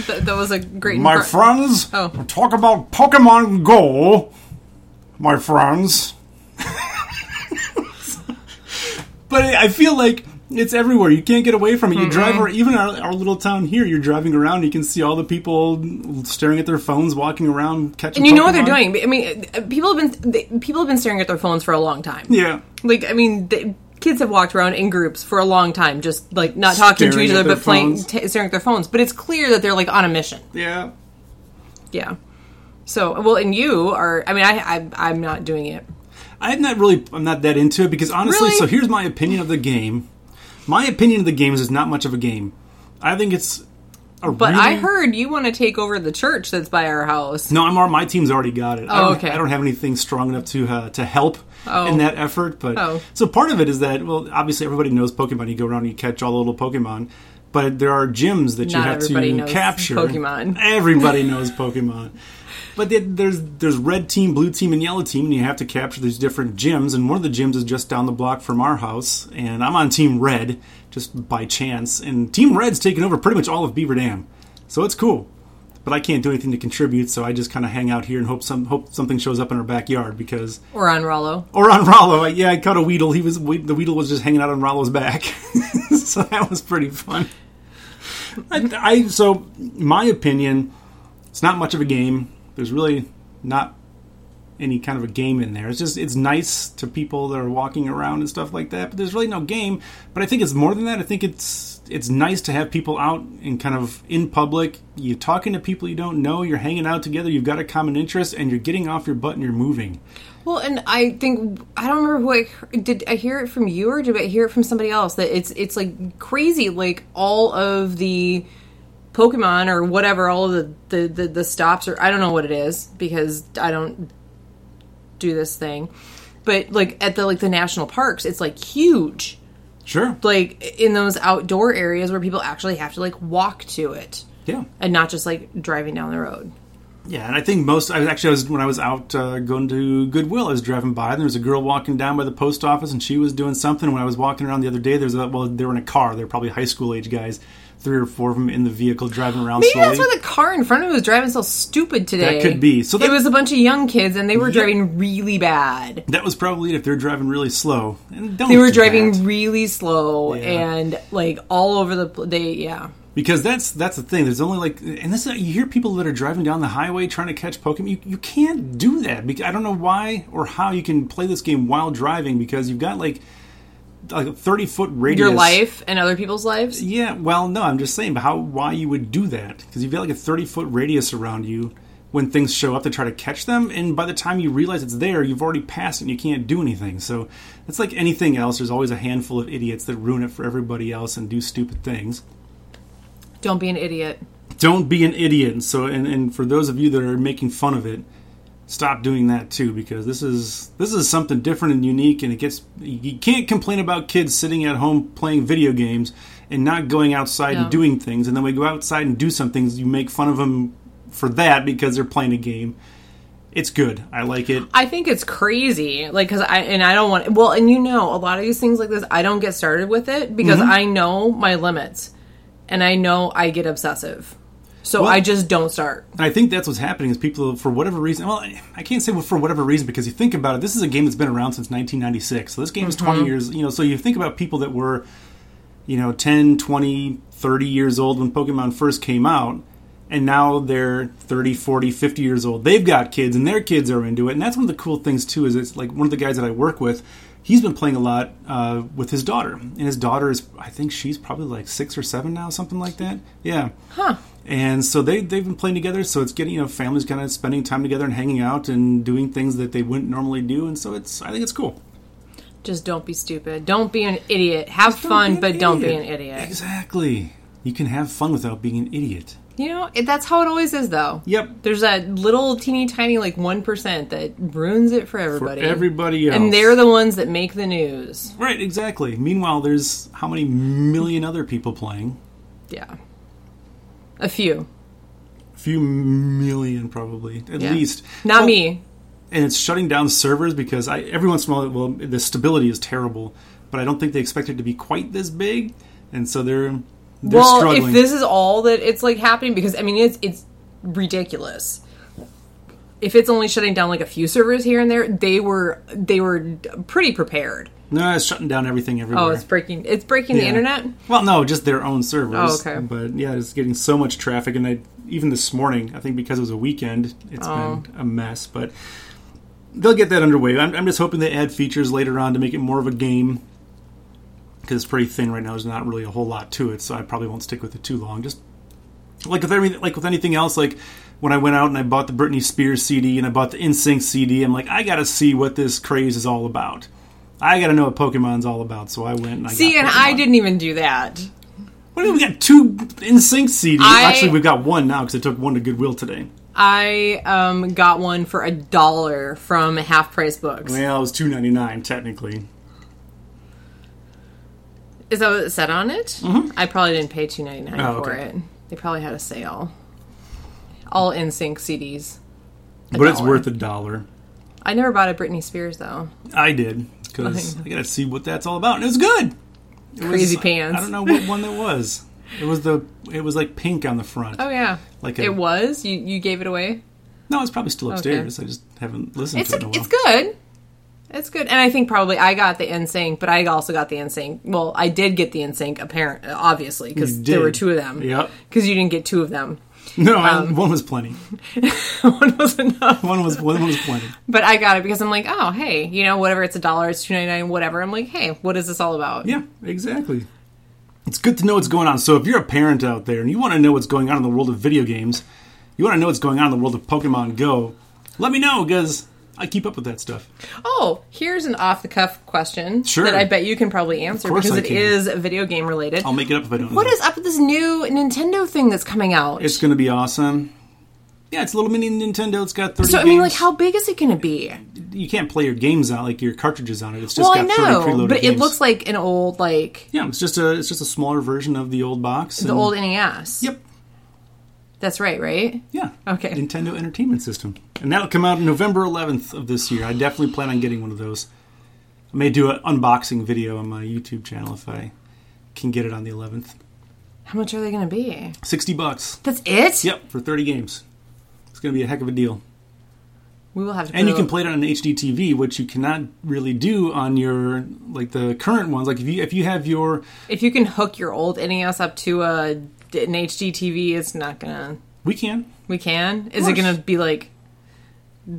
Speaker 2: Th- that was a great
Speaker 1: My
Speaker 2: impro-
Speaker 1: friends,
Speaker 2: Oh.
Speaker 1: talk about Pokemon Go. My friends. but I I feel like it's everywhere. You can't get away from it. You drive, ar- even our, our little town here, you're driving around, you can see all the people staring at their phones, walking around, catching
Speaker 2: And you know what they're
Speaker 1: Pokemon.
Speaker 2: doing? I mean, uh, people have been they, people have been staring at their phones for a long time.
Speaker 1: Yeah.
Speaker 2: Like, I mean, the kids have walked around in groups for a long time, just like not talking to
Speaker 1: Staring
Speaker 2: each
Speaker 1: at
Speaker 2: other,
Speaker 1: their
Speaker 2: but playing,
Speaker 1: phones.
Speaker 2: t- staring at their phones. But it's clear that they're like on a mission.
Speaker 1: Yeah.
Speaker 2: Yeah. So, well, and you are. I mean, I, I I'm not doing it.
Speaker 1: I'm not really. I'm not that into it because honestly.
Speaker 2: Really?
Speaker 1: So here's my opinion of the game. My opinion of the game is it's not much of a game. I think it's a.
Speaker 2: But I
Speaker 1: really-
Speaker 2: heard you want to take over the church that's by our house.
Speaker 1: No, I'm. al- My team's already got it. I
Speaker 2: Oh,
Speaker 1: don't,
Speaker 2: okay.
Speaker 1: I don't have anything strong enough to uh, to help in that effort. But
Speaker 2: Oh.
Speaker 1: so part of it is that well, obviously everybody knows Pokemon. You go around and you catch all the little Pokemon. But there are gyms that you
Speaker 2: Not
Speaker 1: have
Speaker 2: everybody
Speaker 1: to
Speaker 2: knows
Speaker 1: capture.
Speaker 2: Pokemon.
Speaker 1: Everybody knows Pokemon. But there- there's there's red team, blue team, and yellow team, and you have to capture these different gyms. And one of the gyms is just down the block from our house, and I'm on team red just by chance. And team red's taken over pretty much all of Beaver Dam, so it's cool. But I can't do anything to contribute, so I just kind of hang out here and hope some hope something shows up in our backyard because
Speaker 2: Or on Rollo.
Speaker 1: or on Rollo. I- Yeah, I caught a Weedle. He was we- the Weedle was just hanging out on Rollo's back, so that was pretty fun. I, I so my opinion, it's not much of a game. There's really not any kind of a game in there. It's just it's nice to people that are walking around and stuff like that. But there's really no game. But I think it's more than that. I think it's it's nice to have people out and kind of in public. You're talking to people you don't know. You're hanging out together. You've got a common interest, and you're getting off your butt and you're moving.
Speaker 2: Well, and I think I don't remember who I heard- did. I hear it from you, or did I hear it from somebody else? That it's it's like crazy. Like all of the Pokemon or whatever, all of the the the, the stops or I don't know what it is because I don't do this thing. But like at the like the national parks, it's like huge.
Speaker 1: Sure.
Speaker 2: Like in those outdoor areas where people actually have to like walk to it
Speaker 1: Yeah.
Speaker 2: and not just like driving down the road.
Speaker 1: Yeah, and I think most. I was actually I was when I was out uh, going to Goodwill. I was driving by, and there was a girl walking down by the post office, and she was doing something. When I was walking around the other day, there's a well, they were in a car. They're probably high school age guys, three or four of them in the vehicle driving around
Speaker 2: Maybe
Speaker 1: slowly.
Speaker 2: that's why the car in front of me was driving so stupid today.
Speaker 1: That could be. So
Speaker 2: it
Speaker 1: that-
Speaker 2: was a bunch of young kids, and they were driving really bad.
Speaker 1: that was probably it if they're driving really slow. And don't
Speaker 2: They were
Speaker 1: do
Speaker 2: driving
Speaker 1: that.
Speaker 2: really slow
Speaker 1: Yeah.
Speaker 2: and like all over the. pl- They yeah.
Speaker 1: because that's that's the thing. There's only like, and this you hear people that are driving down the highway trying to catch Pokemon. You, you can't do that. Because I don't know why or how you can play this game while driving because you've got like like a thirty foot radius.
Speaker 2: Your life and other people's lives.
Speaker 1: Yeah, well, no, I'm just saying how why you would do that because you've got like a 30 foot radius around you when things show up to try to catch them, and by the time you realize it's there, you've already passed it and you can't do anything. So it's like anything else. There's always a handful of idiots that ruin it for everybody else and do stupid things.
Speaker 2: Don't be an idiot.
Speaker 1: Don't be an idiot. And so, and, and for those of you that are making fun of it, stop doing that too because this is this is something different and unique and it gets you can't complain about kids sitting at home playing video games and not going outside
Speaker 2: No.
Speaker 1: and doing things and then we go outside and do some things you make fun of them for that because they're playing a game it's good i like it
Speaker 2: I think it's crazy, like, cause I and I don't want. Well, and you know, a lot of these things like this, I don't get started with it because I know my limits, and I know I get obsessive, so I just don't start.
Speaker 1: And I think that's what's happening is people, for whatever reason, well, I I can't say for whatever reason because you think about it, this is a game that's been around since 1996. So this game is 20 years, you know, so you think about people that were, you know, 10, 20, 30 years old when Pokemon first came out, and now they're 30, 40, 50 years old. They've got kids and their kids are into it. And that's one of the cool things, too, is it's like one of the guys that I work with, he's been playing a lot uh, with his daughter. And his daughter is, I think she's probably like six or seven now, something like that. Yeah and so they they've been playing together. So it's getting you know families kind of spending time together and hanging out and doing things that they wouldn't normally do. And so it's I think it's cool.
Speaker 2: Just don't be stupid. Don't be an idiot. Have fun, but don't be an idiot.
Speaker 1: Exactly. You can have fun without being an idiot.
Speaker 2: You know, it, that's how it always is, though.
Speaker 1: Yep.
Speaker 2: There's that little teeny tiny like one percent that ruins it for
Speaker 1: For
Speaker 2: everybody.
Speaker 1: everybody else.
Speaker 2: and they're the ones that make the news.
Speaker 1: right. Exactly. Meanwhile, there's how many million other people playing?
Speaker 2: Yeah, a few,
Speaker 1: A few million, probably at
Speaker 2: Yeah.
Speaker 1: least.
Speaker 2: not
Speaker 1: Well,
Speaker 2: me.
Speaker 1: and it's shutting down servers because I every once in a while, well, the stability is terrible, but I don't think they expect it to be quite this big, and so they're they're
Speaker 2: well,
Speaker 1: struggling.
Speaker 2: if this is all that it's like happening, because I mean, it's it's ridiculous. If it's only shutting down like a few servers here and there, they were they were pretty prepared.
Speaker 1: no, it's shutting down everything everywhere.
Speaker 2: Oh, it's breaking it's breaking the
Speaker 1: Yeah.
Speaker 2: internet.
Speaker 1: Well, no, just their own servers.
Speaker 2: Oh, okay.
Speaker 1: But yeah, it's getting so much traffic, and I, even this morning, I think because it was a weekend, it's
Speaker 2: Oh.
Speaker 1: been a mess. But they'll get that underway. I'm, I'm just hoping they add features later on to make it more of a game because it's pretty thin right now. There's not really a whole lot to it, so I probably won't stick with it too long. Just like with everything, like with anything else, like when I went out and I bought the Britney Spears CD and I bought the NSYNC CD, I'm like, I got to see what this craze is all about. I got to know what Pokemon's all about, so I went. And I
Speaker 2: See,
Speaker 1: got
Speaker 2: and I
Speaker 1: Pokemon.
Speaker 2: didn't even do that.
Speaker 1: What do we got? Two in sync CDs.
Speaker 2: I-
Speaker 1: Actually, we've got one now because I took one to Goodwill today.
Speaker 2: I um, got one for a dollar from Half Price Books.
Speaker 1: Well, it was two ninety nine technically.
Speaker 2: Is that what it said on it? Mm-hmm. I probably didn't pay two ninety nine
Speaker 1: Oh,
Speaker 2: for
Speaker 1: okay.
Speaker 2: it. They probably had a sale. All in sync CDs.
Speaker 1: but it's
Speaker 2: dollar.
Speaker 1: worth a dollar.
Speaker 2: I never bought a Britney Spears though.
Speaker 1: I did because I got to see what that's all about, and it was good. It was-
Speaker 2: Crazy pants.
Speaker 1: I don't know what one that was. It was the. It was like pink on the front.
Speaker 2: Oh yeah.
Speaker 1: Like a,
Speaker 2: It was you. You gave it away.
Speaker 1: No, it's probably still upstairs. I just haven't listened
Speaker 2: It's
Speaker 1: to it in a while.
Speaker 2: it's good. It's good, and I think probably I got the NSYNC, but I also got the NSYNC. Well, I did get the NSYNC, apparent obviously, because
Speaker 1: You
Speaker 2: there were
Speaker 1: did.
Speaker 2: two of them.
Speaker 1: Yep.
Speaker 2: Because you didn't get two of them.
Speaker 1: No, I-
Speaker 2: um,
Speaker 1: one was plenty.
Speaker 2: One was enough.
Speaker 1: One was one was plenty.
Speaker 2: But I got it because I'm like, oh hey, you know, whatever. It's a dollar. It's two ninety nine. Whatever. I'm like, hey, what is this all about?
Speaker 1: Yeah, exactly. It's good to know what's going on. So if you're a parent out there and you want to know what's going on in the world of video games, you want to know what's going on in the world of Pokemon Go, let me know because I keep up with that stuff.
Speaker 2: Oh, here's an off the cuff question
Speaker 1: Sure.
Speaker 2: that I bet you can probably answer
Speaker 1: course
Speaker 2: because
Speaker 1: I
Speaker 2: it
Speaker 1: can. Um,
Speaker 2: is video game related.
Speaker 1: I'll make it up if I don't.
Speaker 2: What
Speaker 1: know.
Speaker 2: is up with this new Nintendo thing that's coming out?
Speaker 1: It's going to be awesome. Yeah, it's a little mini Nintendo. It's got 30
Speaker 2: so I
Speaker 1: games.
Speaker 2: mean, like, how big is it going to be?
Speaker 1: you can't play your games on like your cartridges on it. It's just
Speaker 2: Well, I
Speaker 1: got 30
Speaker 2: know,
Speaker 1: preloaded
Speaker 2: but it
Speaker 1: games.
Speaker 2: looks like an old like
Speaker 1: yeah, it's just a it's just a smaller version of the old box.
Speaker 2: the old NES.
Speaker 1: Mm. Yep.
Speaker 2: that's right, right?
Speaker 1: Yeah.
Speaker 2: Okay.
Speaker 1: Nintendo Entertainment System. And that'll come out November 11th of this year. I definitely plan on getting one of those. I may do an unboxing video on my YouTube channel if I can get it on the 11th.
Speaker 2: How much are they going to be?
Speaker 1: 60 bucks.
Speaker 2: That's it.
Speaker 1: Yep, for 30 games. It's going to be a heck of a deal.
Speaker 2: We will have to.
Speaker 1: And
Speaker 2: put
Speaker 1: you
Speaker 2: a-
Speaker 1: can play it on an HD TV, which you cannot really do on your like the current ones. Like if you if you have your
Speaker 2: if you can hook your old NES up to a an HD TV. It's not gonna.
Speaker 1: we can
Speaker 2: We can. Is it
Speaker 1: course.
Speaker 2: gonna be like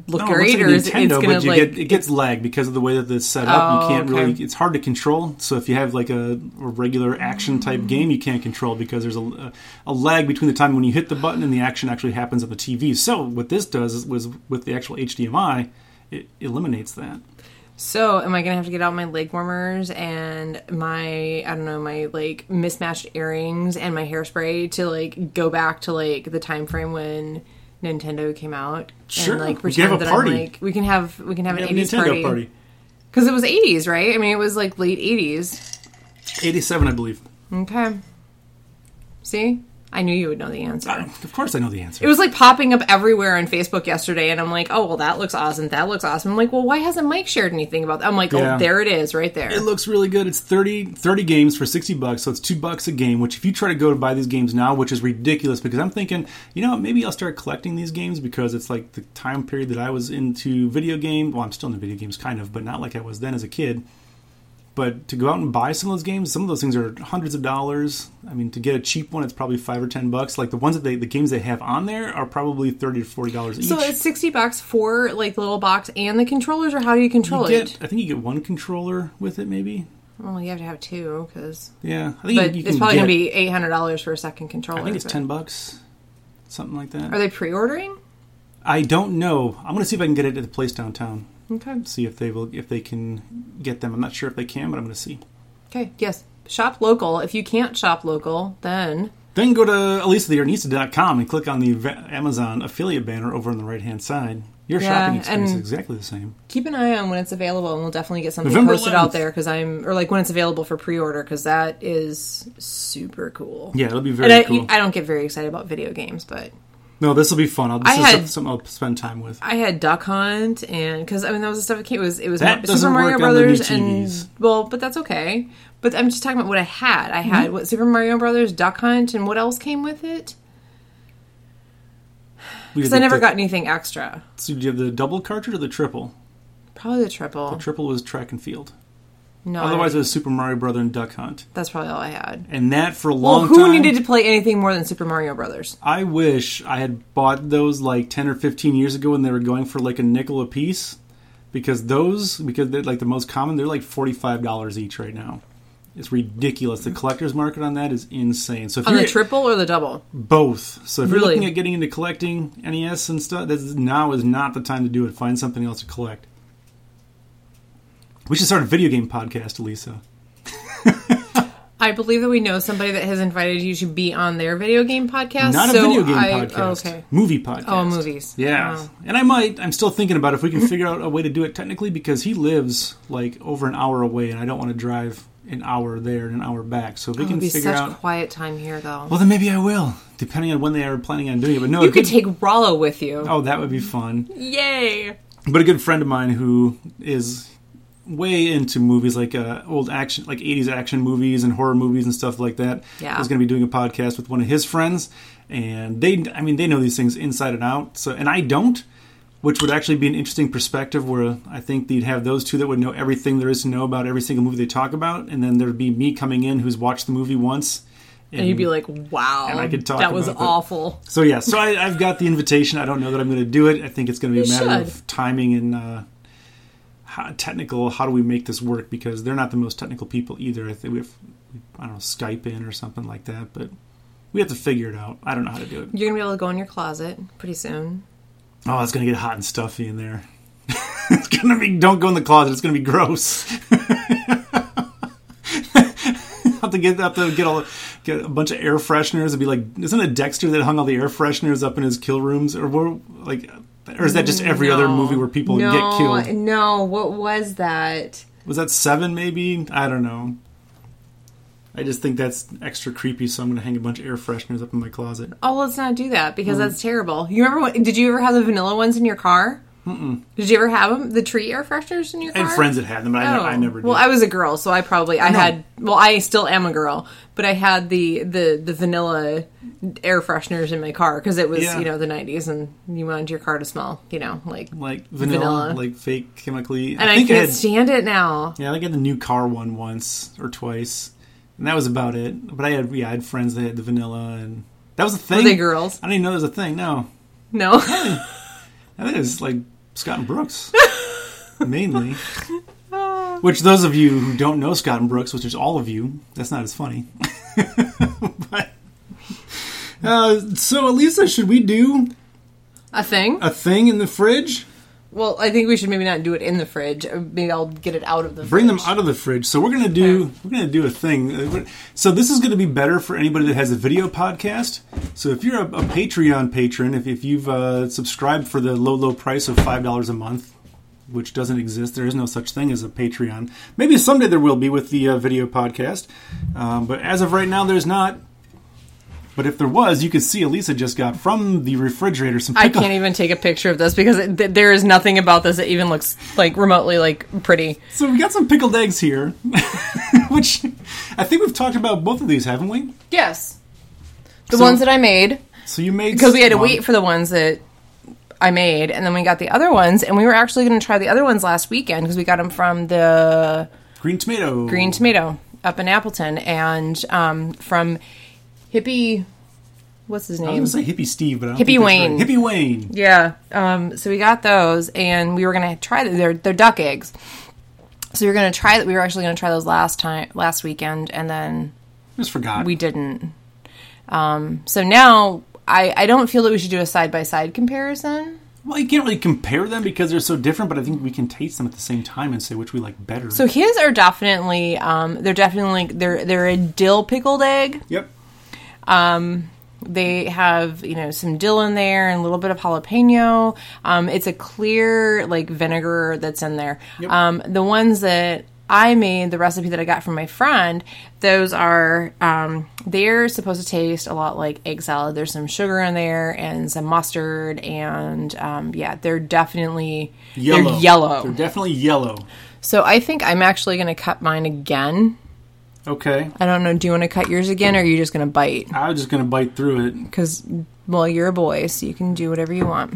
Speaker 2: look
Speaker 1: No, it looks like a
Speaker 2: great, or is it- it's
Speaker 1: Nintendo,
Speaker 2: gonna
Speaker 1: but you
Speaker 2: like
Speaker 1: get, it gets lag because of the way that it's set up.
Speaker 2: Oh,
Speaker 1: you can't
Speaker 2: okay.
Speaker 1: really; it's hard to control. So if you have like a, a regular action type game, you can't control because there's a, a lag between the time when you hit the button and the action actually happens on the TV. So what this does is, was with the actual HDMI, it eliminates that.
Speaker 2: So, am I gonna have to get out my leg warmers and my I don't know my like mismatched earrings and my hairspray to like go back to like the time frame when Nintendo came out?
Speaker 1: Sure.
Speaker 2: And,
Speaker 1: We can
Speaker 2: like
Speaker 1: have
Speaker 2: pretend
Speaker 1: a
Speaker 2: that
Speaker 1: party.
Speaker 2: I'm like we can have we can have
Speaker 1: Yeah,
Speaker 2: an eighties
Speaker 1: Nintendo
Speaker 2: party
Speaker 1: party,
Speaker 2: because it was eighties, right? I mean, it was like late eighties.
Speaker 1: eighty-seven, I believe.
Speaker 2: Okay. See, I knew you would know the answer.
Speaker 1: I- of course, I know the answer.
Speaker 2: It was like popping up everywhere on Facebook yesterday, and I'm like, oh well, that looks awesome. That looks awesome. I'm like, well, why hasn't Mike shared anything about that? I'm like,
Speaker 1: Yeah.
Speaker 2: oh, there it is, right there.
Speaker 1: it looks really good. It's 30, 30 games for 60 bucks, so it's 2 bucks a game, which if you try to go to buy these games now, which is ridiculous because I'm thinking, you know, what, maybe I'll start collecting these games because it's like the time period that I was into video game. Well, I'm still into video games kind of, but not like I was then as a kid. But to go out and buy some of those games, some of those things are hundreds of dollars. I mean, to get a cheap one, it's probably 5 or 10 bucks. Like the ones that they the games they have on there are probably 30 to 40 dollars each.
Speaker 2: So it's sixty bucks for like the little box and the controllers, or how do you control
Speaker 1: you get,
Speaker 2: it?
Speaker 1: I think you get one controller with it maybe.
Speaker 2: Well, you have to have two because,
Speaker 1: Yeah, I think
Speaker 2: but
Speaker 1: you, you
Speaker 2: it's
Speaker 1: can
Speaker 2: probably
Speaker 1: get,
Speaker 2: gonna be eight hundred dollars for a second controller.
Speaker 1: I think it's
Speaker 2: but-
Speaker 1: ten bucks, something like
Speaker 2: Are
Speaker 1: that.
Speaker 2: they pre-ordering?
Speaker 1: I don't know. I'm gonna see if I can get it at the place downtown.
Speaker 2: Okay.
Speaker 1: See if they will, if they can get them. I'm not sure if they can, but I'm gonna see.
Speaker 2: Okay. Yes. Shop local. If you can't shop local, then
Speaker 1: Then go to elisatheornista.com and click on the Va- Amazon affiliate banner over on the right hand side. Your
Speaker 2: Yeah,
Speaker 1: shopping experience is
Speaker 2: and-
Speaker 1: exactly the same.
Speaker 2: keep an eye on when it's available, and we'll definitely get something
Speaker 1: November
Speaker 2: posted
Speaker 1: 11th.
Speaker 2: out there because I'm, or like when it's available for pre-order because that is super cool.
Speaker 1: Yeah, it'll be
Speaker 2: And
Speaker 1: very
Speaker 2: I,
Speaker 1: cool.
Speaker 2: I don't get very excited about video games, but
Speaker 1: no, this will be fun. I'll, this
Speaker 2: I
Speaker 1: is
Speaker 2: had-
Speaker 1: something I'll spend time with.
Speaker 2: I had Duck Hunt, and because I mean that was the stuff that came. It was it was
Speaker 1: That
Speaker 2: Super
Speaker 1: doesn't
Speaker 2: Mario
Speaker 1: work on the new
Speaker 2: Brothers,
Speaker 1: TVs.
Speaker 2: and well, but that's okay. But I'm just talking about what I had. I
Speaker 1: Mm-hmm.
Speaker 2: had what Super Mario Brothers, Duck Hunt, and what else came with it? Because I never got anything extra.
Speaker 1: So did you have the double cartridge or the triple?
Speaker 2: Probably the triple.
Speaker 1: Triple was track and field.
Speaker 2: no,
Speaker 1: Otherwise,
Speaker 2: otherwise
Speaker 1: it was Super Mario Brother and Duck Hunt.
Speaker 2: that's probably all I had.
Speaker 1: And that for a
Speaker 2: Well,
Speaker 1: long
Speaker 2: who
Speaker 1: time.
Speaker 2: needed to play anything more than Super Mario Brothers?
Speaker 1: I wish I had bought those like ten or fifteen years ago when they were going for like a nickel a piece, because those because they're like the most common they're like forty five dollars each right now. It's ridiculous. The collector's market on that is insane. So if
Speaker 2: On
Speaker 1: you're
Speaker 2: the triple or the double?
Speaker 1: both, so if you're
Speaker 2: Really?
Speaker 1: looking at getting into collecting NES and stuff, this is, now is not the time to do it. Find something else to collect. We should start a video game podcast, Elisa.
Speaker 2: I believe that we know somebody that has invited you to be on their video game podcast.
Speaker 1: Not
Speaker 2: so
Speaker 1: a video game
Speaker 2: I, oh,
Speaker 1: podcast.
Speaker 2: Okay.
Speaker 1: Movie podcast.
Speaker 2: Oh, movies.
Speaker 1: Yeah.
Speaker 2: Wow.
Speaker 1: And I might. I'm still thinking about if we can figure out a way to do it technically because he lives like over an hour away and I don't want to drive an hour there and an hour back. So if we
Speaker 2: It
Speaker 1: can
Speaker 2: would be
Speaker 1: figure
Speaker 2: such
Speaker 1: out.
Speaker 2: quiet time here, though.
Speaker 1: Well, then maybe I will, depending on when they are planning on doing it. But no,
Speaker 2: You
Speaker 1: a good-
Speaker 2: could take Rollo with you.
Speaker 1: Oh, that would be fun.
Speaker 2: Yay!
Speaker 1: But a good friend of mine who is way into movies like uh, old action, like 80s action movies and horror movies and stuff like that,
Speaker 2: Yeah.
Speaker 1: is going to be doing a podcast with one of his friends. And they, I mean, they know these things inside and out. So, and I don't, which would actually be an interesting perspective where I think you'd have those two that would know everything there is to know about every single movie they talk about. And then there'd be me coming in who's watched the movie once.
Speaker 2: And you'd be like, wow.
Speaker 1: And I could talk
Speaker 2: That was
Speaker 1: about that.
Speaker 2: awful.
Speaker 1: So yeah, so I, I've got the invitation. I don't know that I'm going to do it. I think it's going to be a
Speaker 2: You
Speaker 1: matter
Speaker 2: should.
Speaker 1: of timing and uh, how, technical. How do we make this work? Because they're not the most technical people either. I think we have, I don't know, Skype in or something like that. But we have to figure it out. I don't know how to do it.
Speaker 2: You're going to be able to go in your closet pretty soon.
Speaker 1: Oh, it's going to get hot and stuffy in there. it's going to be. Don't go in the closet. It's going to be gross. I'll have to get have to get all get a bunch of air fresheners. It'd be like, isn't it Dexter that hung all the air fresheners up in his kill rooms, or were, like, or is that just every other
Speaker 2: Mm, No.
Speaker 1: movie where people
Speaker 2: no,
Speaker 1: get killed?
Speaker 2: No, what was that?
Speaker 1: Was that Seven? Maybe I don't know. I just think that's extra creepy, so I'm going to hang a bunch of air fresheners up in my closet.
Speaker 2: Oh, let's not do that because
Speaker 1: Hmm.
Speaker 2: that's terrible. You remember what? Did you ever have the vanilla ones in your car? Mm-mm. Did you ever have them? The tree air fresheners in your
Speaker 1: I
Speaker 2: car?
Speaker 1: had friends that had them, but I, ne-
Speaker 2: Oh.
Speaker 1: I never did.
Speaker 2: Well, I was a girl, so I probably I had. Well, I still am a girl, but I had the the the vanilla air fresheners in my car because it was
Speaker 1: Yeah.
Speaker 2: you know the '90s, and you wanted your car to smell you know like.
Speaker 1: like vanilla,
Speaker 2: Vanilla.
Speaker 1: like fake chemically.
Speaker 2: And I,
Speaker 1: think I
Speaker 2: can't
Speaker 1: had
Speaker 2: stand it now.
Speaker 1: Yeah, I got the new car one once or twice, and that was about it. But I had yeah, I had friends that had the vanilla, and that was a thing.
Speaker 2: they girls?
Speaker 1: I didn't even know there was a thing. No,
Speaker 2: No,
Speaker 1: I think it was like Scott and Brooks, mainly. Which those of you who don't know Scott and Brooks, which is all of you, that's not as funny. but uh, so, Elisa, should we do
Speaker 2: A thing?
Speaker 1: a thing in the fridge?
Speaker 2: well, I think we should maybe not do it in the fridge. Or Maybe I'll get it out of the
Speaker 1: Bring them
Speaker 2: fridge.
Speaker 1: out of the fridge. So we're gonna do we're gonna do a thing. Uh, we're- So this is gonna be better for anybody that has a video podcast. So if you're a, a Patreon patron, if, if you've uh, subscribed for the low low price of five dollars a month, which doesn't exist, there is no such thing as a Patreon. Maybe someday there will be with the uh, video podcast, um, but as of right now, there's not. But if there was, you could see Elisa just got from the refrigerator some
Speaker 2: I
Speaker 1: pickle.
Speaker 2: can't even take a picture of this because it, th- there is nothing about this that even looks like remotely like pretty.
Speaker 1: So we got some pickled eggs here, which I think we've talked about both of these, haven't we?
Speaker 2: Yes. The
Speaker 1: So-
Speaker 2: ones that I made
Speaker 1: So you made um,
Speaker 2: because we had to
Speaker 1: well,
Speaker 2: wait for the ones that I made, and then we got the other ones, and we were actually going to try the other ones last weekend because we got them from the
Speaker 1: green tomato.
Speaker 2: Green Tomato up in Appleton and um, from Hippie. What's his
Speaker 1: I
Speaker 2: name?
Speaker 1: was gonna say hippie Steve, but I don't
Speaker 2: Hippie
Speaker 1: think that's
Speaker 2: Wayne.
Speaker 1: right. Hippie Wayne.
Speaker 2: Yeah. Um, so we got those, and we were gonna try them. They're they're duck eggs. So we were gonna try. We were actually gonna try those last time, last weekend, and then
Speaker 1: Just forgot.
Speaker 2: we didn't. Um, so now I I don't feel that we should do a side by side comparison.
Speaker 1: well, you can't really compare them because they're so different, but I think we can taste them at the same time and say which we like better.
Speaker 2: So his are definitely um, they're definitely they're they're a dill pickled egg.
Speaker 1: yep.
Speaker 2: They have you know some dill in there and a little bit of jalapeno. Um, it's a clear like vinegar that's in there.
Speaker 1: Yep.
Speaker 2: Um, the ones that I made, the recipe that I got from my friend, those are um, they're supposed to taste a lot like egg salad. There's some sugar in there and some mustard and um, yeah, they're definitely
Speaker 1: Yellow.
Speaker 2: They're yellow.
Speaker 1: They're definitely yellow.
Speaker 2: so I think I'm actually going to cut mine again.
Speaker 1: Okay.
Speaker 2: I don't know. Do you want to cut yours again, or are you just going to bite?
Speaker 1: I was just gonna bite through it. What
Speaker 2: Because, well, you're a boy, so you can do whatever you want.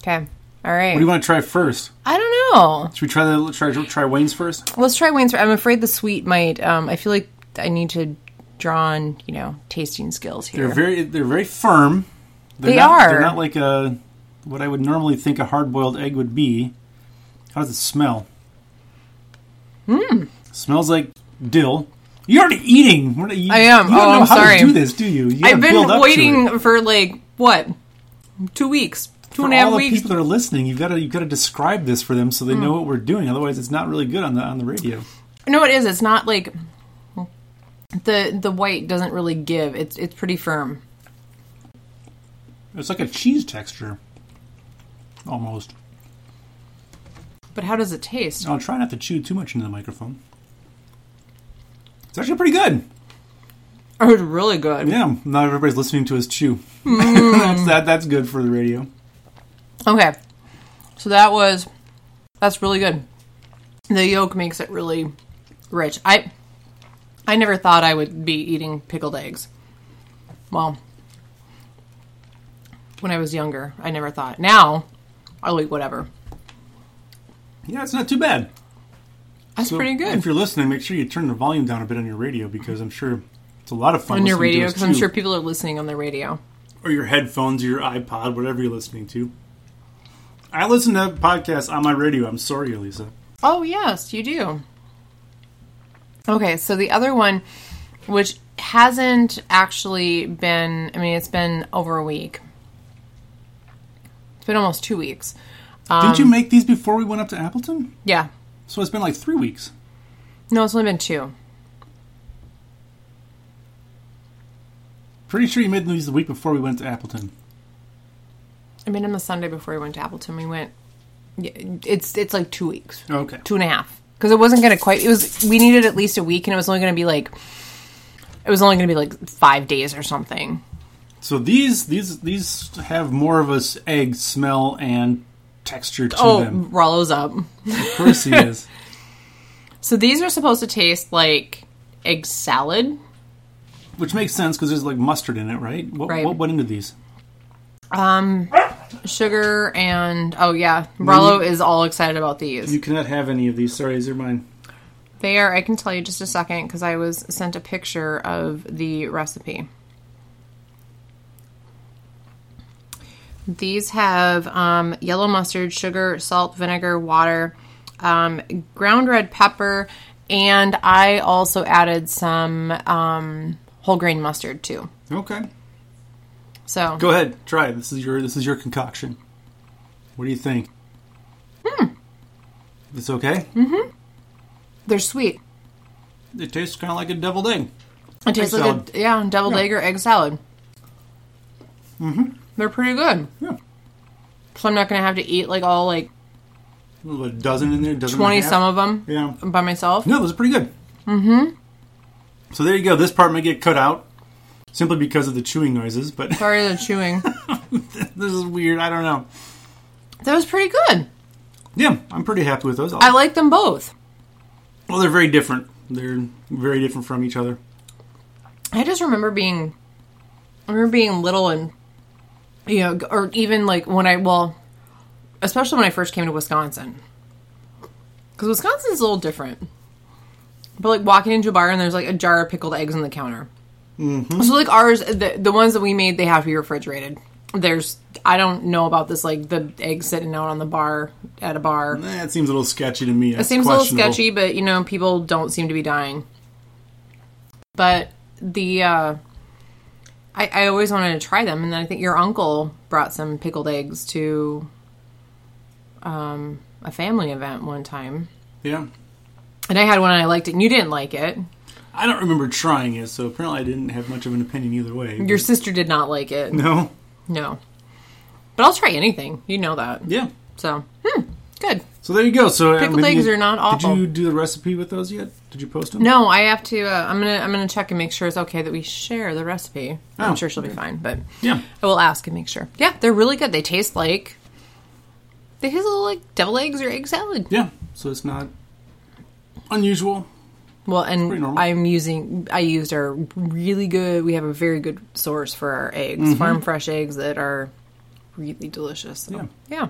Speaker 2: Okay. All right.
Speaker 1: do you want to try first?
Speaker 2: I don't know.
Speaker 1: Should we try the try try Wayne's first?
Speaker 2: Let's try Wayne's. I'm afraid the sweet might. Um, I feel like I need to draw on, you know, tasting skills
Speaker 1: They're
Speaker 2: here.
Speaker 1: very they're very firm. They're
Speaker 2: They
Speaker 1: not, They're
Speaker 2: are.
Speaker 1: not like a what I would normally think a hard boiled egg would be. How does it smell?
Speaker 2: Hmm.
Speaker 1: Mmm. Smells like dill. You're already eating. We're not- you-
Speaker 2: I am.
Speaker 1: You don't
Speaker 2: Oh,
Speaker 1: know
Speaker 2: I'm
Speaker 1: how
Speaker 2: sorry.
Speaker 1: to do this, do you? You
Speaker 2: I've
Speaker 1: gotta build up
Speaker 2: been
Speaker 1: to it.
Speaker 2: waiting for like what, two weeks, two
Speaker 1: For
Speaker 2: and a half
Speaker 1: all the
Speaker 2: weeks. Hmm.
Speaker 1: people that are listening, you've got to you've got to describe this for them so they know what we're doing. Otherwise, it's not really good on the on the radio.
Speaker 2: No, it is. It's not like the the white doesn't really give. It's it's pretty firm.
Speaker 1: It's like a cheese texture, almost.
Speaker 2: But how does it taste?
Speaker 1: I'll try not to chew too much into the microphone. It's actually pretty good.
Speaker 2: Oh, it's really good.
Speaker 1: Yeah, not everybody's listening to us chew.
Speaker 2: Hmm.
Speaker 1: that's, that, that's good for the radio.
Speaker 2: Okay. So that was that's really good. The yolk makes it really rich. I I never thought I would be eating pickled eggs. Well, when I was younger, I never thought. Now, I'll eat whatever.
Speaker 1: Yeah, it's not too bad.
Speaker 2: That's pretty
Speaker 1: If
Speaker 2: good
Speaker 1: you're listening, make sure you turn the volume down a bit on your radio because I'm sure it's a lot of fun
Speaker 2: on your
Speaker 1: listening to
Speaker 2: radio
Speaker 1: us
Speaker 2: because I'm
Speaker 1: chew.
Speaker 2: sure people are listening on the radio.
Speaker 1: or your headphones, or your iPod, whatever you're listening to. I listen to podcasts on my radio. I'm sorry, Elisa.
Speaker 2: Oh, yes, you do. Okay, so the other one, which hasn't actually been, I mean, it's been over a week. It's been almost two weeks.
Speaker 1: Didn't you
Speaker 2: Um,
Speaker 1: make these before we went up to Appleton?
Speaker 2: Yeah.
Speaker 1: So it's been like three weeks.
Speaker 2: No, it's only been two.
Speaker 1: Pretty sure you made these the week before we went to Appleton.
Speaker 2: I mean, on the Sunday before we went to Appleton, we went. Yeah, it's it's like two weeks,
Speaker 1: Okay.
Speaker 2: two and a half, because it wasn't gonna quite. It was we needed at least a week, and it was only gonna be like, it was only gonna be like five days or something.
Speaker 1: So these these these have more of a s- egg smell and texture to
Speaker 2: Oh,
Speaker 1: them.
Speaker 2: Rollo's up.
Speaker 1: Of course he is.
Speaker 2: So these are supposed to taste like egg salad.
Speaker 1: Which makes sense because there's like mustard in it, right? What,
Speaker 2: Right.
Speaker 1: what went into these?
Speaker 2: sugar and oh yeah rollo is all excited about these
Speaker 1: You cannot have any of these. Sorry, these are mine.
Speaker 2: they are i can tell you just a second because i was sent a picture of the recipe These have um, yellow mustard, sugar, salt, vinegar, water, um, ground red pepper, and I also added some um, whole grain mustard too.
Speaker 1: Okay.
Speaker 2: So
Speaker 1: Go ahead, try. it. This is your this is your concoction. What do you think? Hmm. It's okay.
Speaker 2: Hmm. they're sweet.
Speaker 1: It tastes kind of like a deviled egg.
Speaker 2: It tastes like
Speaker 1: salad.
Speaker 2: a yeah deviled egg or egg salad. Mm-hmm. They're pretty good.
Speaker 1: Mm-hmm. Yeah.
Speaker 2: So I'm not gonna have to eat like all like
Speaker 1: A dozen in there. Dozen and a
Speaker 2: twenty
Speaker 1: half.
Speaker 2: some of them
Speaker 1: Yeah.
Speaker 2: by myself.
Speaker 1: No, those are pretty good. Mm-hmm. So there you go. This part may get cut out simply because of the chewing noises, but
Speaker 2: Sorry, the chewing.
Speaker 1: this is weird. I don't know.
Speaker 2: that was pretty good.
Speaker 1: Yeah, I'm pretty happy with those.
Speaker 2: I like them both.
Speaker 1: well, they're very different. They're very different from each other.
Speaker 2: I just remember being, I remember being little and, you know, or even like when I, well, especially when I first came to Wisconsin. Because Wisconsin's a little different. But like walking into a bar and there's like a jar of pickled eggs on the counter. So like ours, the, the ones that we made, they have to be refrigerated. There's, I don't know about this, like the eggs sitting out on the bar at a bar.
Speaker 1: Eh, it seems a little sketchy to me.
Speaker 2: It seems a little sketchy, but you know, people don't seem to be dying. But the uh I, I always wanted to try them, and then I think your uncle brought some pickled eggs to um, a family event one time,
Speaker 1: Yeah.
Speaker 2: and I had one and I liked it, and you didn't like it.
Speaker 1: I don't remember trying it, so apparently I didn't have much of an opinion either way.
Speaker 2: Your sister did not like it.
Speaker 1: no?
Speaker 2: No, but I'll try anything. You know that.
Speaker 1: Yeah.
Speaker 2: So hmm, good.
Speaker 1: So there you go. So I
Speaker 2: Pickled
Speaker 1: mean,
Speaker 2: eggs
Speaker 1: you-
Speaker 2: are not awful.
Speaker 1: Did you do the recipe with those yet? Did you post them?
Speaker 2: No, I have to. Uh, I'm gonna. I'm gonna check and make sure it's okay that we share the recipe.
Speaker 1: Oh,
Speaker 2: I'm sure she'll be fine, but
Speaker 1: Yeah.
Speaker 2: I will ask and make sure. Yeah, they're really good. They taste like they taste a little like devil eggs or egg salad.
Speaker 1: Yeah. So it's not unusual.
Speaker 2: Well,
Speaker 1: pretty
Speaker 2: and
Speaker 1: normal.
Speaker 2: I'm using I used our really good. We have a very good source for our eggs,
Speaker 1: Mm-hmm.
Speaker 2: farm fresh eggs that are really delicious. So,
Speaker 1: Yeah.
Speaker 2: yeah.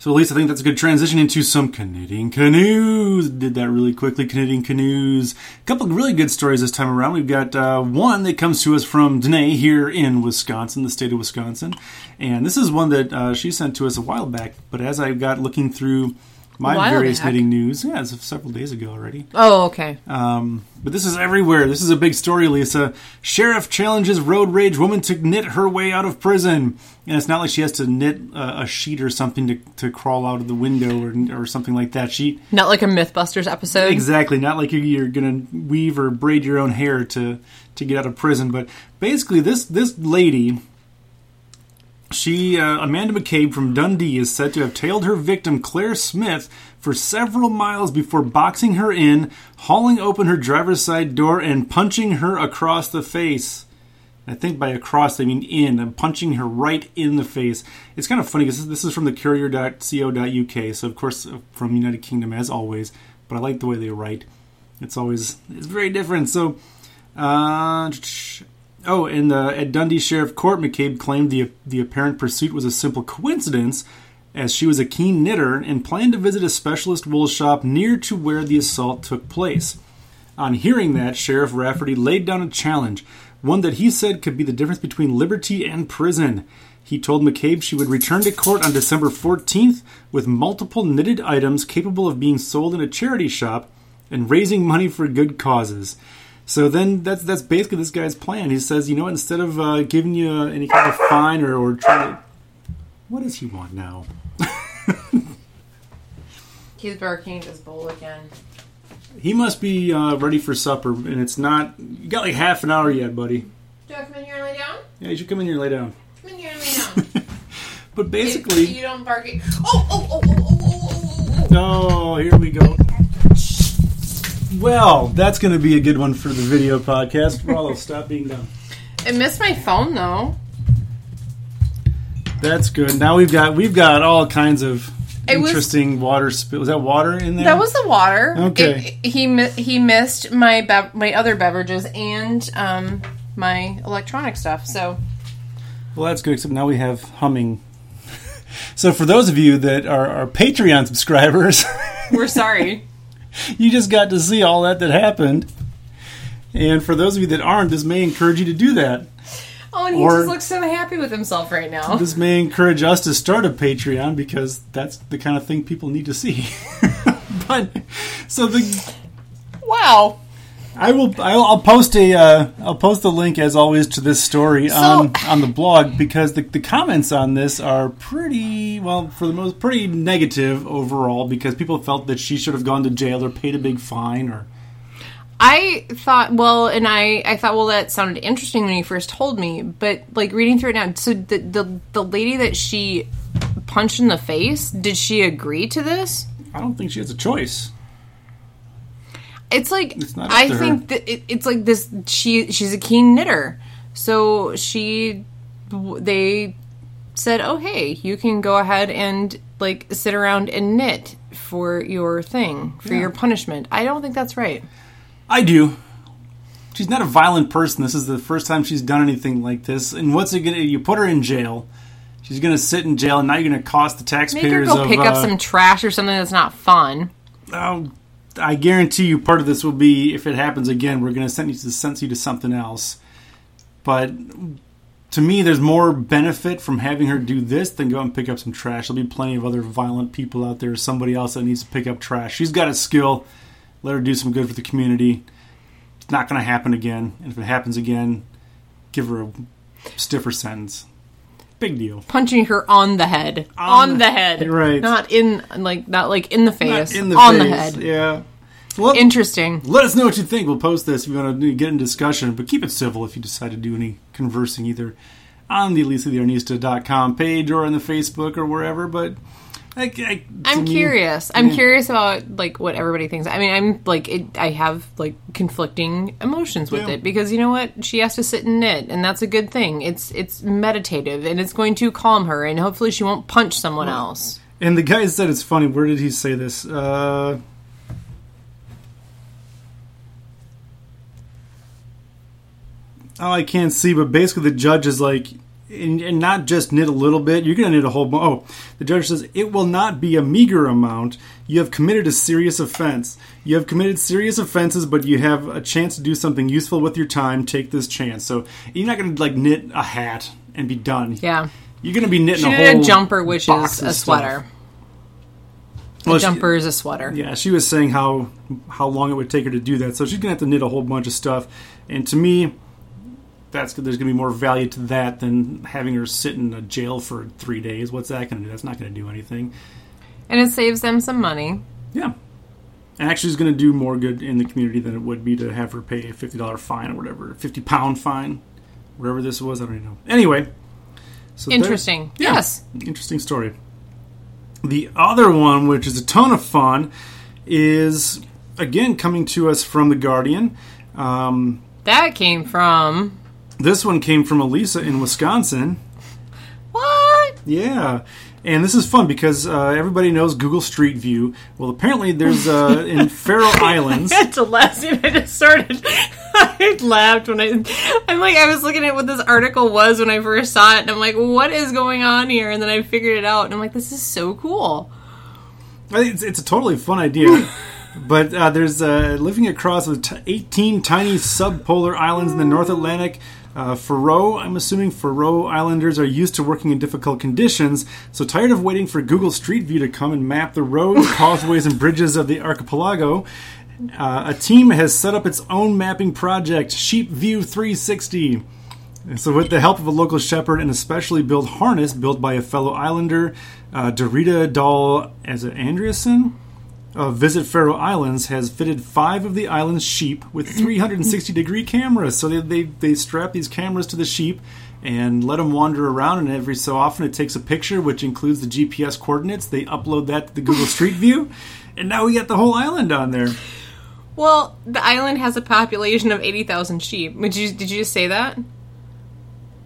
Speaker 1: So, at least I think that's a good transition into some Canadian canoes. Did that really quickly, Canadian canoes. A couple of really good stories this time around. We've got uh, one that comes to us from Danae here in Wisconsin, the state of Wisconsin, and this is one that uh, she sent to us a while back. But as I got looking through my
Speaker 2: While
Speaker 1: various
Speaker 2: back?
Speaker 1: knitting news, yeah, it's several days ago already.
Speaker 2: Oh, okay.
Speaker 1: Um, but this is everywhere. This is a big story, Lisa. Sheriff challenges road rage woman to knit her way out of prison. And it's not like she has to knit a, a sheet or something to, to crawl out of the window or, or something like that. She
Speaker 2: Not like a MythBusters episode.
Speaker 1: exactly not like you're, you're gonna weave or braid your own hair to to get out of prison. But basically, this this lady. She, uh, Amanda McCabe from Dundee, is said to have tailed her victim, Claire Smith, for several miles before boxing her in, hauling open her driver's side door, and punching her across the face. I think by across they mean in. I'm punching her right in the face. It's kind of funny because this is from the courier.co.uk, so of course uh, from United Kingdom as always. But I like the way they write. It's always it's very different. So, uh, oh, and uh, at Dundee Sheriff Court, McCabe claimed the the apparent pursuit was a simple coincidence, as she was a keen knitter and planned to visit a specialist wool shop near to where the assault took place. On hearing that, Sheriff Rafferty laid down a challenge, one that he said could be the difference between liberty and prison. He told McCabe she would return to court on December 14th with multiple knitted items capable of being sold in a charity shop and raising money for good causes. So then that's that's basically this guy's plan. He says, you know, what, instead of uh, giving you uh, any kind of fine or, or trying to. What does he want now?
Speaker 2: He's barking at his bowl again.
Speaker 1: He must be uh, ready for supper, and it's not. You got like half an hour yet, buddy.
Speaker 2: Do I come in here and lay down?
Speaker 1: Yeah, you should come in here and lay down.
Speaker 2: Come in here and lay down.
Speaker 1: But basically,
Speaker 2: don't bark. At- oh, oh, oh, oh, oh, oh, oh, oh.
Speaker 1: oh, here we go. Well, that's going to be a good one for the video podcast. Rollo, stop being dumb.
Speaker 2: I missed my phone though.
Speaker 1: That's good. Now we've got we've got all kinds of
Speaker 2: It was-
Speaker 1: interesting water spill. Was that water in there?
Speaker 2: That was the water.
Speaker 1: Okay.
Speaker 2: It- he mi- he missed my bev- my other beverages and um my electronic stuff. So
Speaker 1: Well, that's good. Except now we have humming. so for those of you that are, are Patreon subscribers.
Speaker 2: we're sorry.
Speaker 1: you just got to see all that that happened. And for those of you that aren't, this may encourage you to do that.
Speaker 2: Oh, and he
Speaker 1: Or-
Speaker 2: just looks so happy with himself right now.
Speaker 1: This may encourage us to start a Patreon because that's the kind of thing people need to see. but so the
Speaker 2: Wow.
Speaker 1: I will I'll, I'll post a uh, I'll post the link as always to this story on on the blog because the, the comments on this are pretty well for the most pretty negative overall because people felt that she should have gone to jail or paid a big fine or
Speaker 2: I thought, well, and I, I thought, well, that sounded interesting when you first told me, but like reading through it now, so the, the the lady that she punched in the face, did she agree to this?
Speaker 1: I don't think she has a choice.
Speaker 2: It's like
Speaker 1: not up
Speaker 2: I
Speaker 1: to her.
Speaker 2: think that it, it's like this. She she's a keen knitter, so she they said, oh hey, you can go ahead and like sit around and knit for your thing for your punishment. I don't think that's right.
Speaker 1: I do. She's not a violent person. This is the first time she's done anything like this. And what's it gonna? You put her in jail. She's gonna sit in jail, and now you're gonna cost the
Speaker 2: Make her
Speaker 1: taxpayers
Speaker 2: go
Speaker 1: of.
Speaker 2: pick up
Speaker 1: uh,
Speaker 2: some trash or something that's not fun.
Speaker 1: oh, I guarantee you, part of this will be if it happens again, we're gonna send you to send you to something else. But to me, there's more benefit from having her do this than go and pick up some trash. There'll be plenty of other violent people out there. Somebody else that needs to pick up trash. She's got a skill. Let her do some good for the community. It's not going to happen again. And if it happens again, give her a stiffer sentence. Big deal.
Speaker 2: punching her on the head, on, the head,
Speaker 1: right.
Speaker 2: Not in like not like in the face,
Speaker 1: Not in the
Speaker 2: on the
Speaker 1: face.
Speaker 2: head.
Speaker 1: Yeah. So let,
Speaker 2: Interesting.
Speaker 1: let us know what you think. We'll post this if you want to get in discussion, but keep it civil if you decide to do any conversing either on the ElisaTheArnista.com page or on the Facebook or wherever. But I, I, to
Speaker 2: I'm
Speaker 1: me-
Speaker 2: curious. I'm curious about like what everybody thinks. I mean, I'm like it, I have like conflicting emotions with
Speaker 1: Yeah.
Speaker 2: it because you know what? She has to sit and knit, and that's a good thing. It's it's meditative, and it's going to calm her, and hopefully she won't punch someone else.
Speaker 1: And the guy said it's funny. Where did he say this? Uh, oh, I can't see, but basically the judge is like, and, and not just knit a little bit, you're going to knit a whole bu- Oh, the judge says, it will not be a meager amount. You have committed a serious offense. You have committed serious offenses, but you have a chance to do something useful with your time. Take this chance. So you're not going to like knit a hat and be done.
Speaker 2: Yeah.
Speaker 1: You're going to be knitting
Speaker 2: She
Speaker 1: a
Speaker 2: did
Speaker 1: whole
Speaker 2: a jumper, which
Speaker 1: box
Speaker 2: is
Speaker 1: of
Speaker 2: a
Speaker 1: stuff.
Speaker 2: sweater.
Speaker 1: Well,
Speaker 2: a
Speaker 1: she-
Speaker 2: jumper is a sweater.
Speaker 1: yeah, she was saying how how long it would take her to do that. So she's gonna have to knit a whole bunch of stuff. And to me, that's there's gonna be more value to that than having her sit in a jail for three days. What's that gonna do? That's not gonna do anything.
Speaker 2: And it saves them some money.
Speaker 1: Yeah, and actually, it's gonna do more good in the community than it would be to have her pay a fifty dollar fine or whatever, fifty pound fine, whatever this was. I don't even know. Anyway, so there-
Speaker 2: Interesting.
Speaker 1: Yeah.
Speaker 2: Yes.
Speaker 1: interesting story. The other one, which is a ton of fun, is again coming to us from The Guardian. Um,
Speaker 2: That came from
Speaker 1: this one came from Elisa in Wisconsin.
Speaker 2: What?
Speaker 1: Yeah. And this is fun because uh, everybody knows Google Street View. Well, apparently there's uh, in Faroe Islands.
Speaker 2: That's the last thing I just started. I laughed when I. I'm like, I was looking at what this article was when I first saw it, and I'm like, what is going on here? And then I figured it out, and I'm like, this is so cool.
Speaker 1: I think It's, it's a totally fun idea. but uh, there's uh, living across the t- 18 tiny subpolar islands in the North Atlantic. Uh, Faroe, I'm assuming Faroe Islanders are used to working in difficult conditions, so tired of waiting for Google Street View to come and map the roads, causeways, and bridges of the archipelago. Uh, a team has set up its own mapping project, Sheep View 360. So, with the help of a local shepherd and a specially built harness built by a fellow islander, uh, Dorita Dahl as an Andreasen of Visit Faroe Islands has fitted five of the island's sheep with 360 degree cameras. So, they, they, they strap these cameras to the sheep and let them wander around, and every so often it takes a picture, which includes the GPS coordinates. They upload that to the Google Street View, and now we got the whole island on there.
Speaker 2: Well, the island has a population of eighty thousand sheep. Would you? Did you just say that?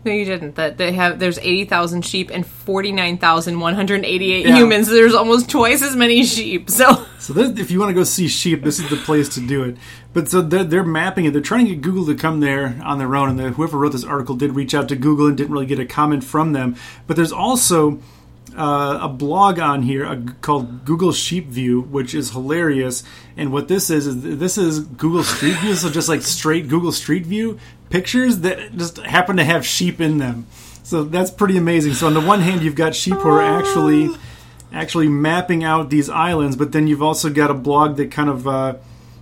Speaker 2: No, you didn't. That they have there's eighty thousand sheep and forty nine thousand one hundred eighty eight
Speaker 1: Yeah.
Speaker 2: humans. So there's almost twice as many sheep. So
Speaker 1: So this, if you want to go see sheep, this is the place to do it. But so they're, they're mapping it. They're trying to get Google to come there on their own. And the, whoever wrote this article did reach out to Google and didn't really get a comment from them. But there's also uh, a blog on here uh, called Google Sheep View, which is hilarious. And what this is is this is Google Street View, so just like straight Google Street View pictures that just happen to have sheep in them. So that's pretty amazing. So on the one hand, you've got sheep who are actually actually mapping out these islands, but then you've also got a blog that kind of uh,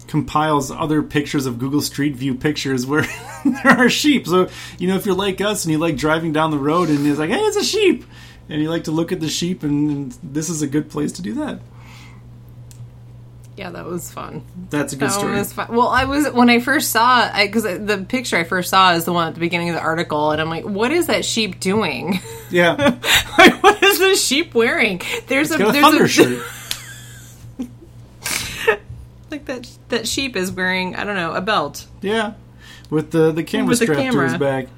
Speaker 1: compiles other pictures of Google Street View pictures where there are sheep. So you know, if you're like us and you like driving down the road and it's like, hey, it's a sheep, and you like to look at the sheep, and, and this is a good place to do that.
Speaker 2: Yeah, that was fun.
Speaker 1: That's a good
Speaker 2: That one
Speaker 1: story.
Speaker 2: was fun. Well, I was when I first saw it because the picture I first saw is the one at the beginning of the article, and I'm like, "What is that sheep doing?
Speaker 1: Yeah,
Speaker 2: like, what is this sheep wearing?" There's a
Speaker 1: got a
Speaker 2: there's
Speaker 1: thunder
Speaker 2: a
Speaker 1: shirt.
Speaker 2: like that that sheep is wearing I don't know a belt.
Speaker 1: Yeah, with the the camera
Speaker 2: With the
Speaker 1: strapped to his
Speaker 2: camera.
Speaker 1: back.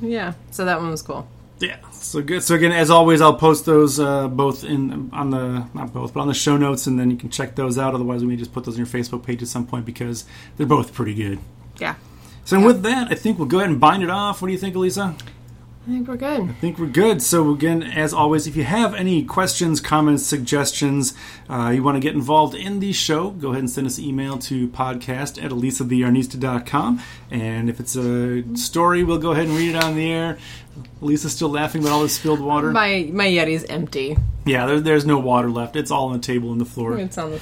Speaker 2: Yeah, so that one was cool.
Speaker 1: Yeah, so good. So again, as always, I'll post those uh, both in on the not both, but on the show notes, and then you can check those out. Otherwise, we may just put those on your Facebook page at some point because they're both pretty good.
Speaker 2: Yeah,
Speaker 1: So with that, I think we'll go ahead and bind it off. What do you think, Elisa?
Speaker 2: I think we're good.
Speaker 1: I think we're good. So again, as always, if you have any questions, comments, suggestions, uh, you want to get involved in the show, go ahead and send us an email to podcast at elisathearnista.com. And if it's a story, we'll go ahead and read it on the air. Elisa's still laughing about all this spilled water.
Speaker 2: My my Yeti's empty.
Speaker 1: Yeah, there, there's no water left. It's all on the table and the floor.
Speaker 2: It's on the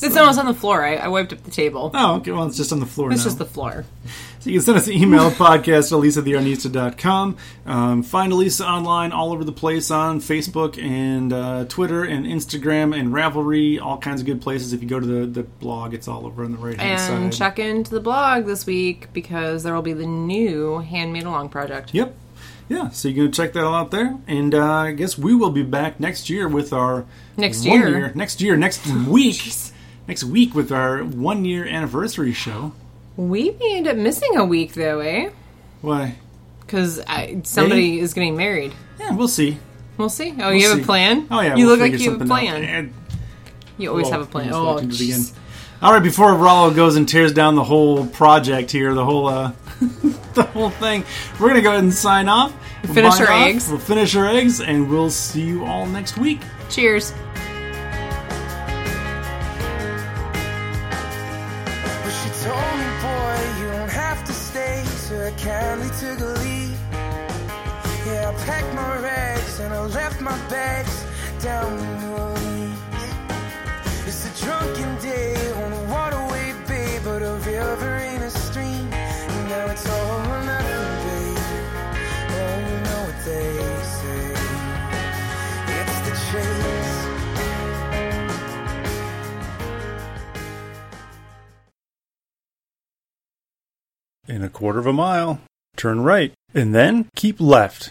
Speaker 2: it's almost on the floor. I, I wiped up the table.
Speaker 1: Oh, okay. Well, it's just on the floor
Speaker 2: It's
Speaker 1: now.
Speaker 2: just the floor.
Speaker 1: So you can send us an email, podcast at elisathearnista.com. Um, find Elisa online all over the place on Facebook and uh, Twitter and Instagram and Ravelry, all kinds of good places. If you go to the, the blog, it's all over on the right hand side.
Speaker 2: And check into the blog this week because there will be the new Handmade Along project.
Speaker 1: Yep. Yeah, so you can check that all out there. And uh, I guess we will be back next year with our
Speaker 2: Next
Speaker 1: one
Speaker 2: year?
Speaker 1: next year, next week, next week with our one year anniversary show.
Speaker 2: We may end up missing a week though, eh?
Speaker 1: Why?
Speaker 2: Because somebody
Speaker 1: Maybe.
Speaker 2: is getting married.
Speaker 1: Yeah, we'll see.
Speaker 2: We'll see. Oh,
Speaker 1: We'll
Speaker 2: you have
Speaker 1: see.
Speaker 2: a plan?
Speaker 1: Oh yeah,
Speaker 2: You
Speaker 1: we'll
Speaker 2: look like
Speaker 1: figure
Speaker 2: you have a
Speaker 1: something out.
Speaker 2: plan.
Speaker 1: And-
Speaker 2: You always
Speaker 1: well,
Speaker 2: have a plan.
Speaker 1: just
Speaker 2: Oh,
Speaker 1: walked into the
Speaker 2: jeez.
Speaker 1: game. All right, before Rollo goes and tears down the whole project here, the whole uh, the whole thing, we're gonna go ahead and sign off. We'll
Speaker 2: Finish
Speaker 1: bind
Speaker 2: our
Speaker 1: off,
Speaker 2: eggs.
Speaker 1: We'll finish our eggs, and we'll see you all next week.
Speaker 2: Cheers.
Speaker 3: But she told me, boy, you don't have to stay, so I kindly took a leave. Yeah, I packed my rags and I left my bags down in New Orleans. It's a drunken day on a waterway, babe, but a river ain't a stream. And now it's all or nothing, babe. Oh, you know what they say. It's the chase.
Speaker 1: In a quarter of a mile, turn right, and then keep left.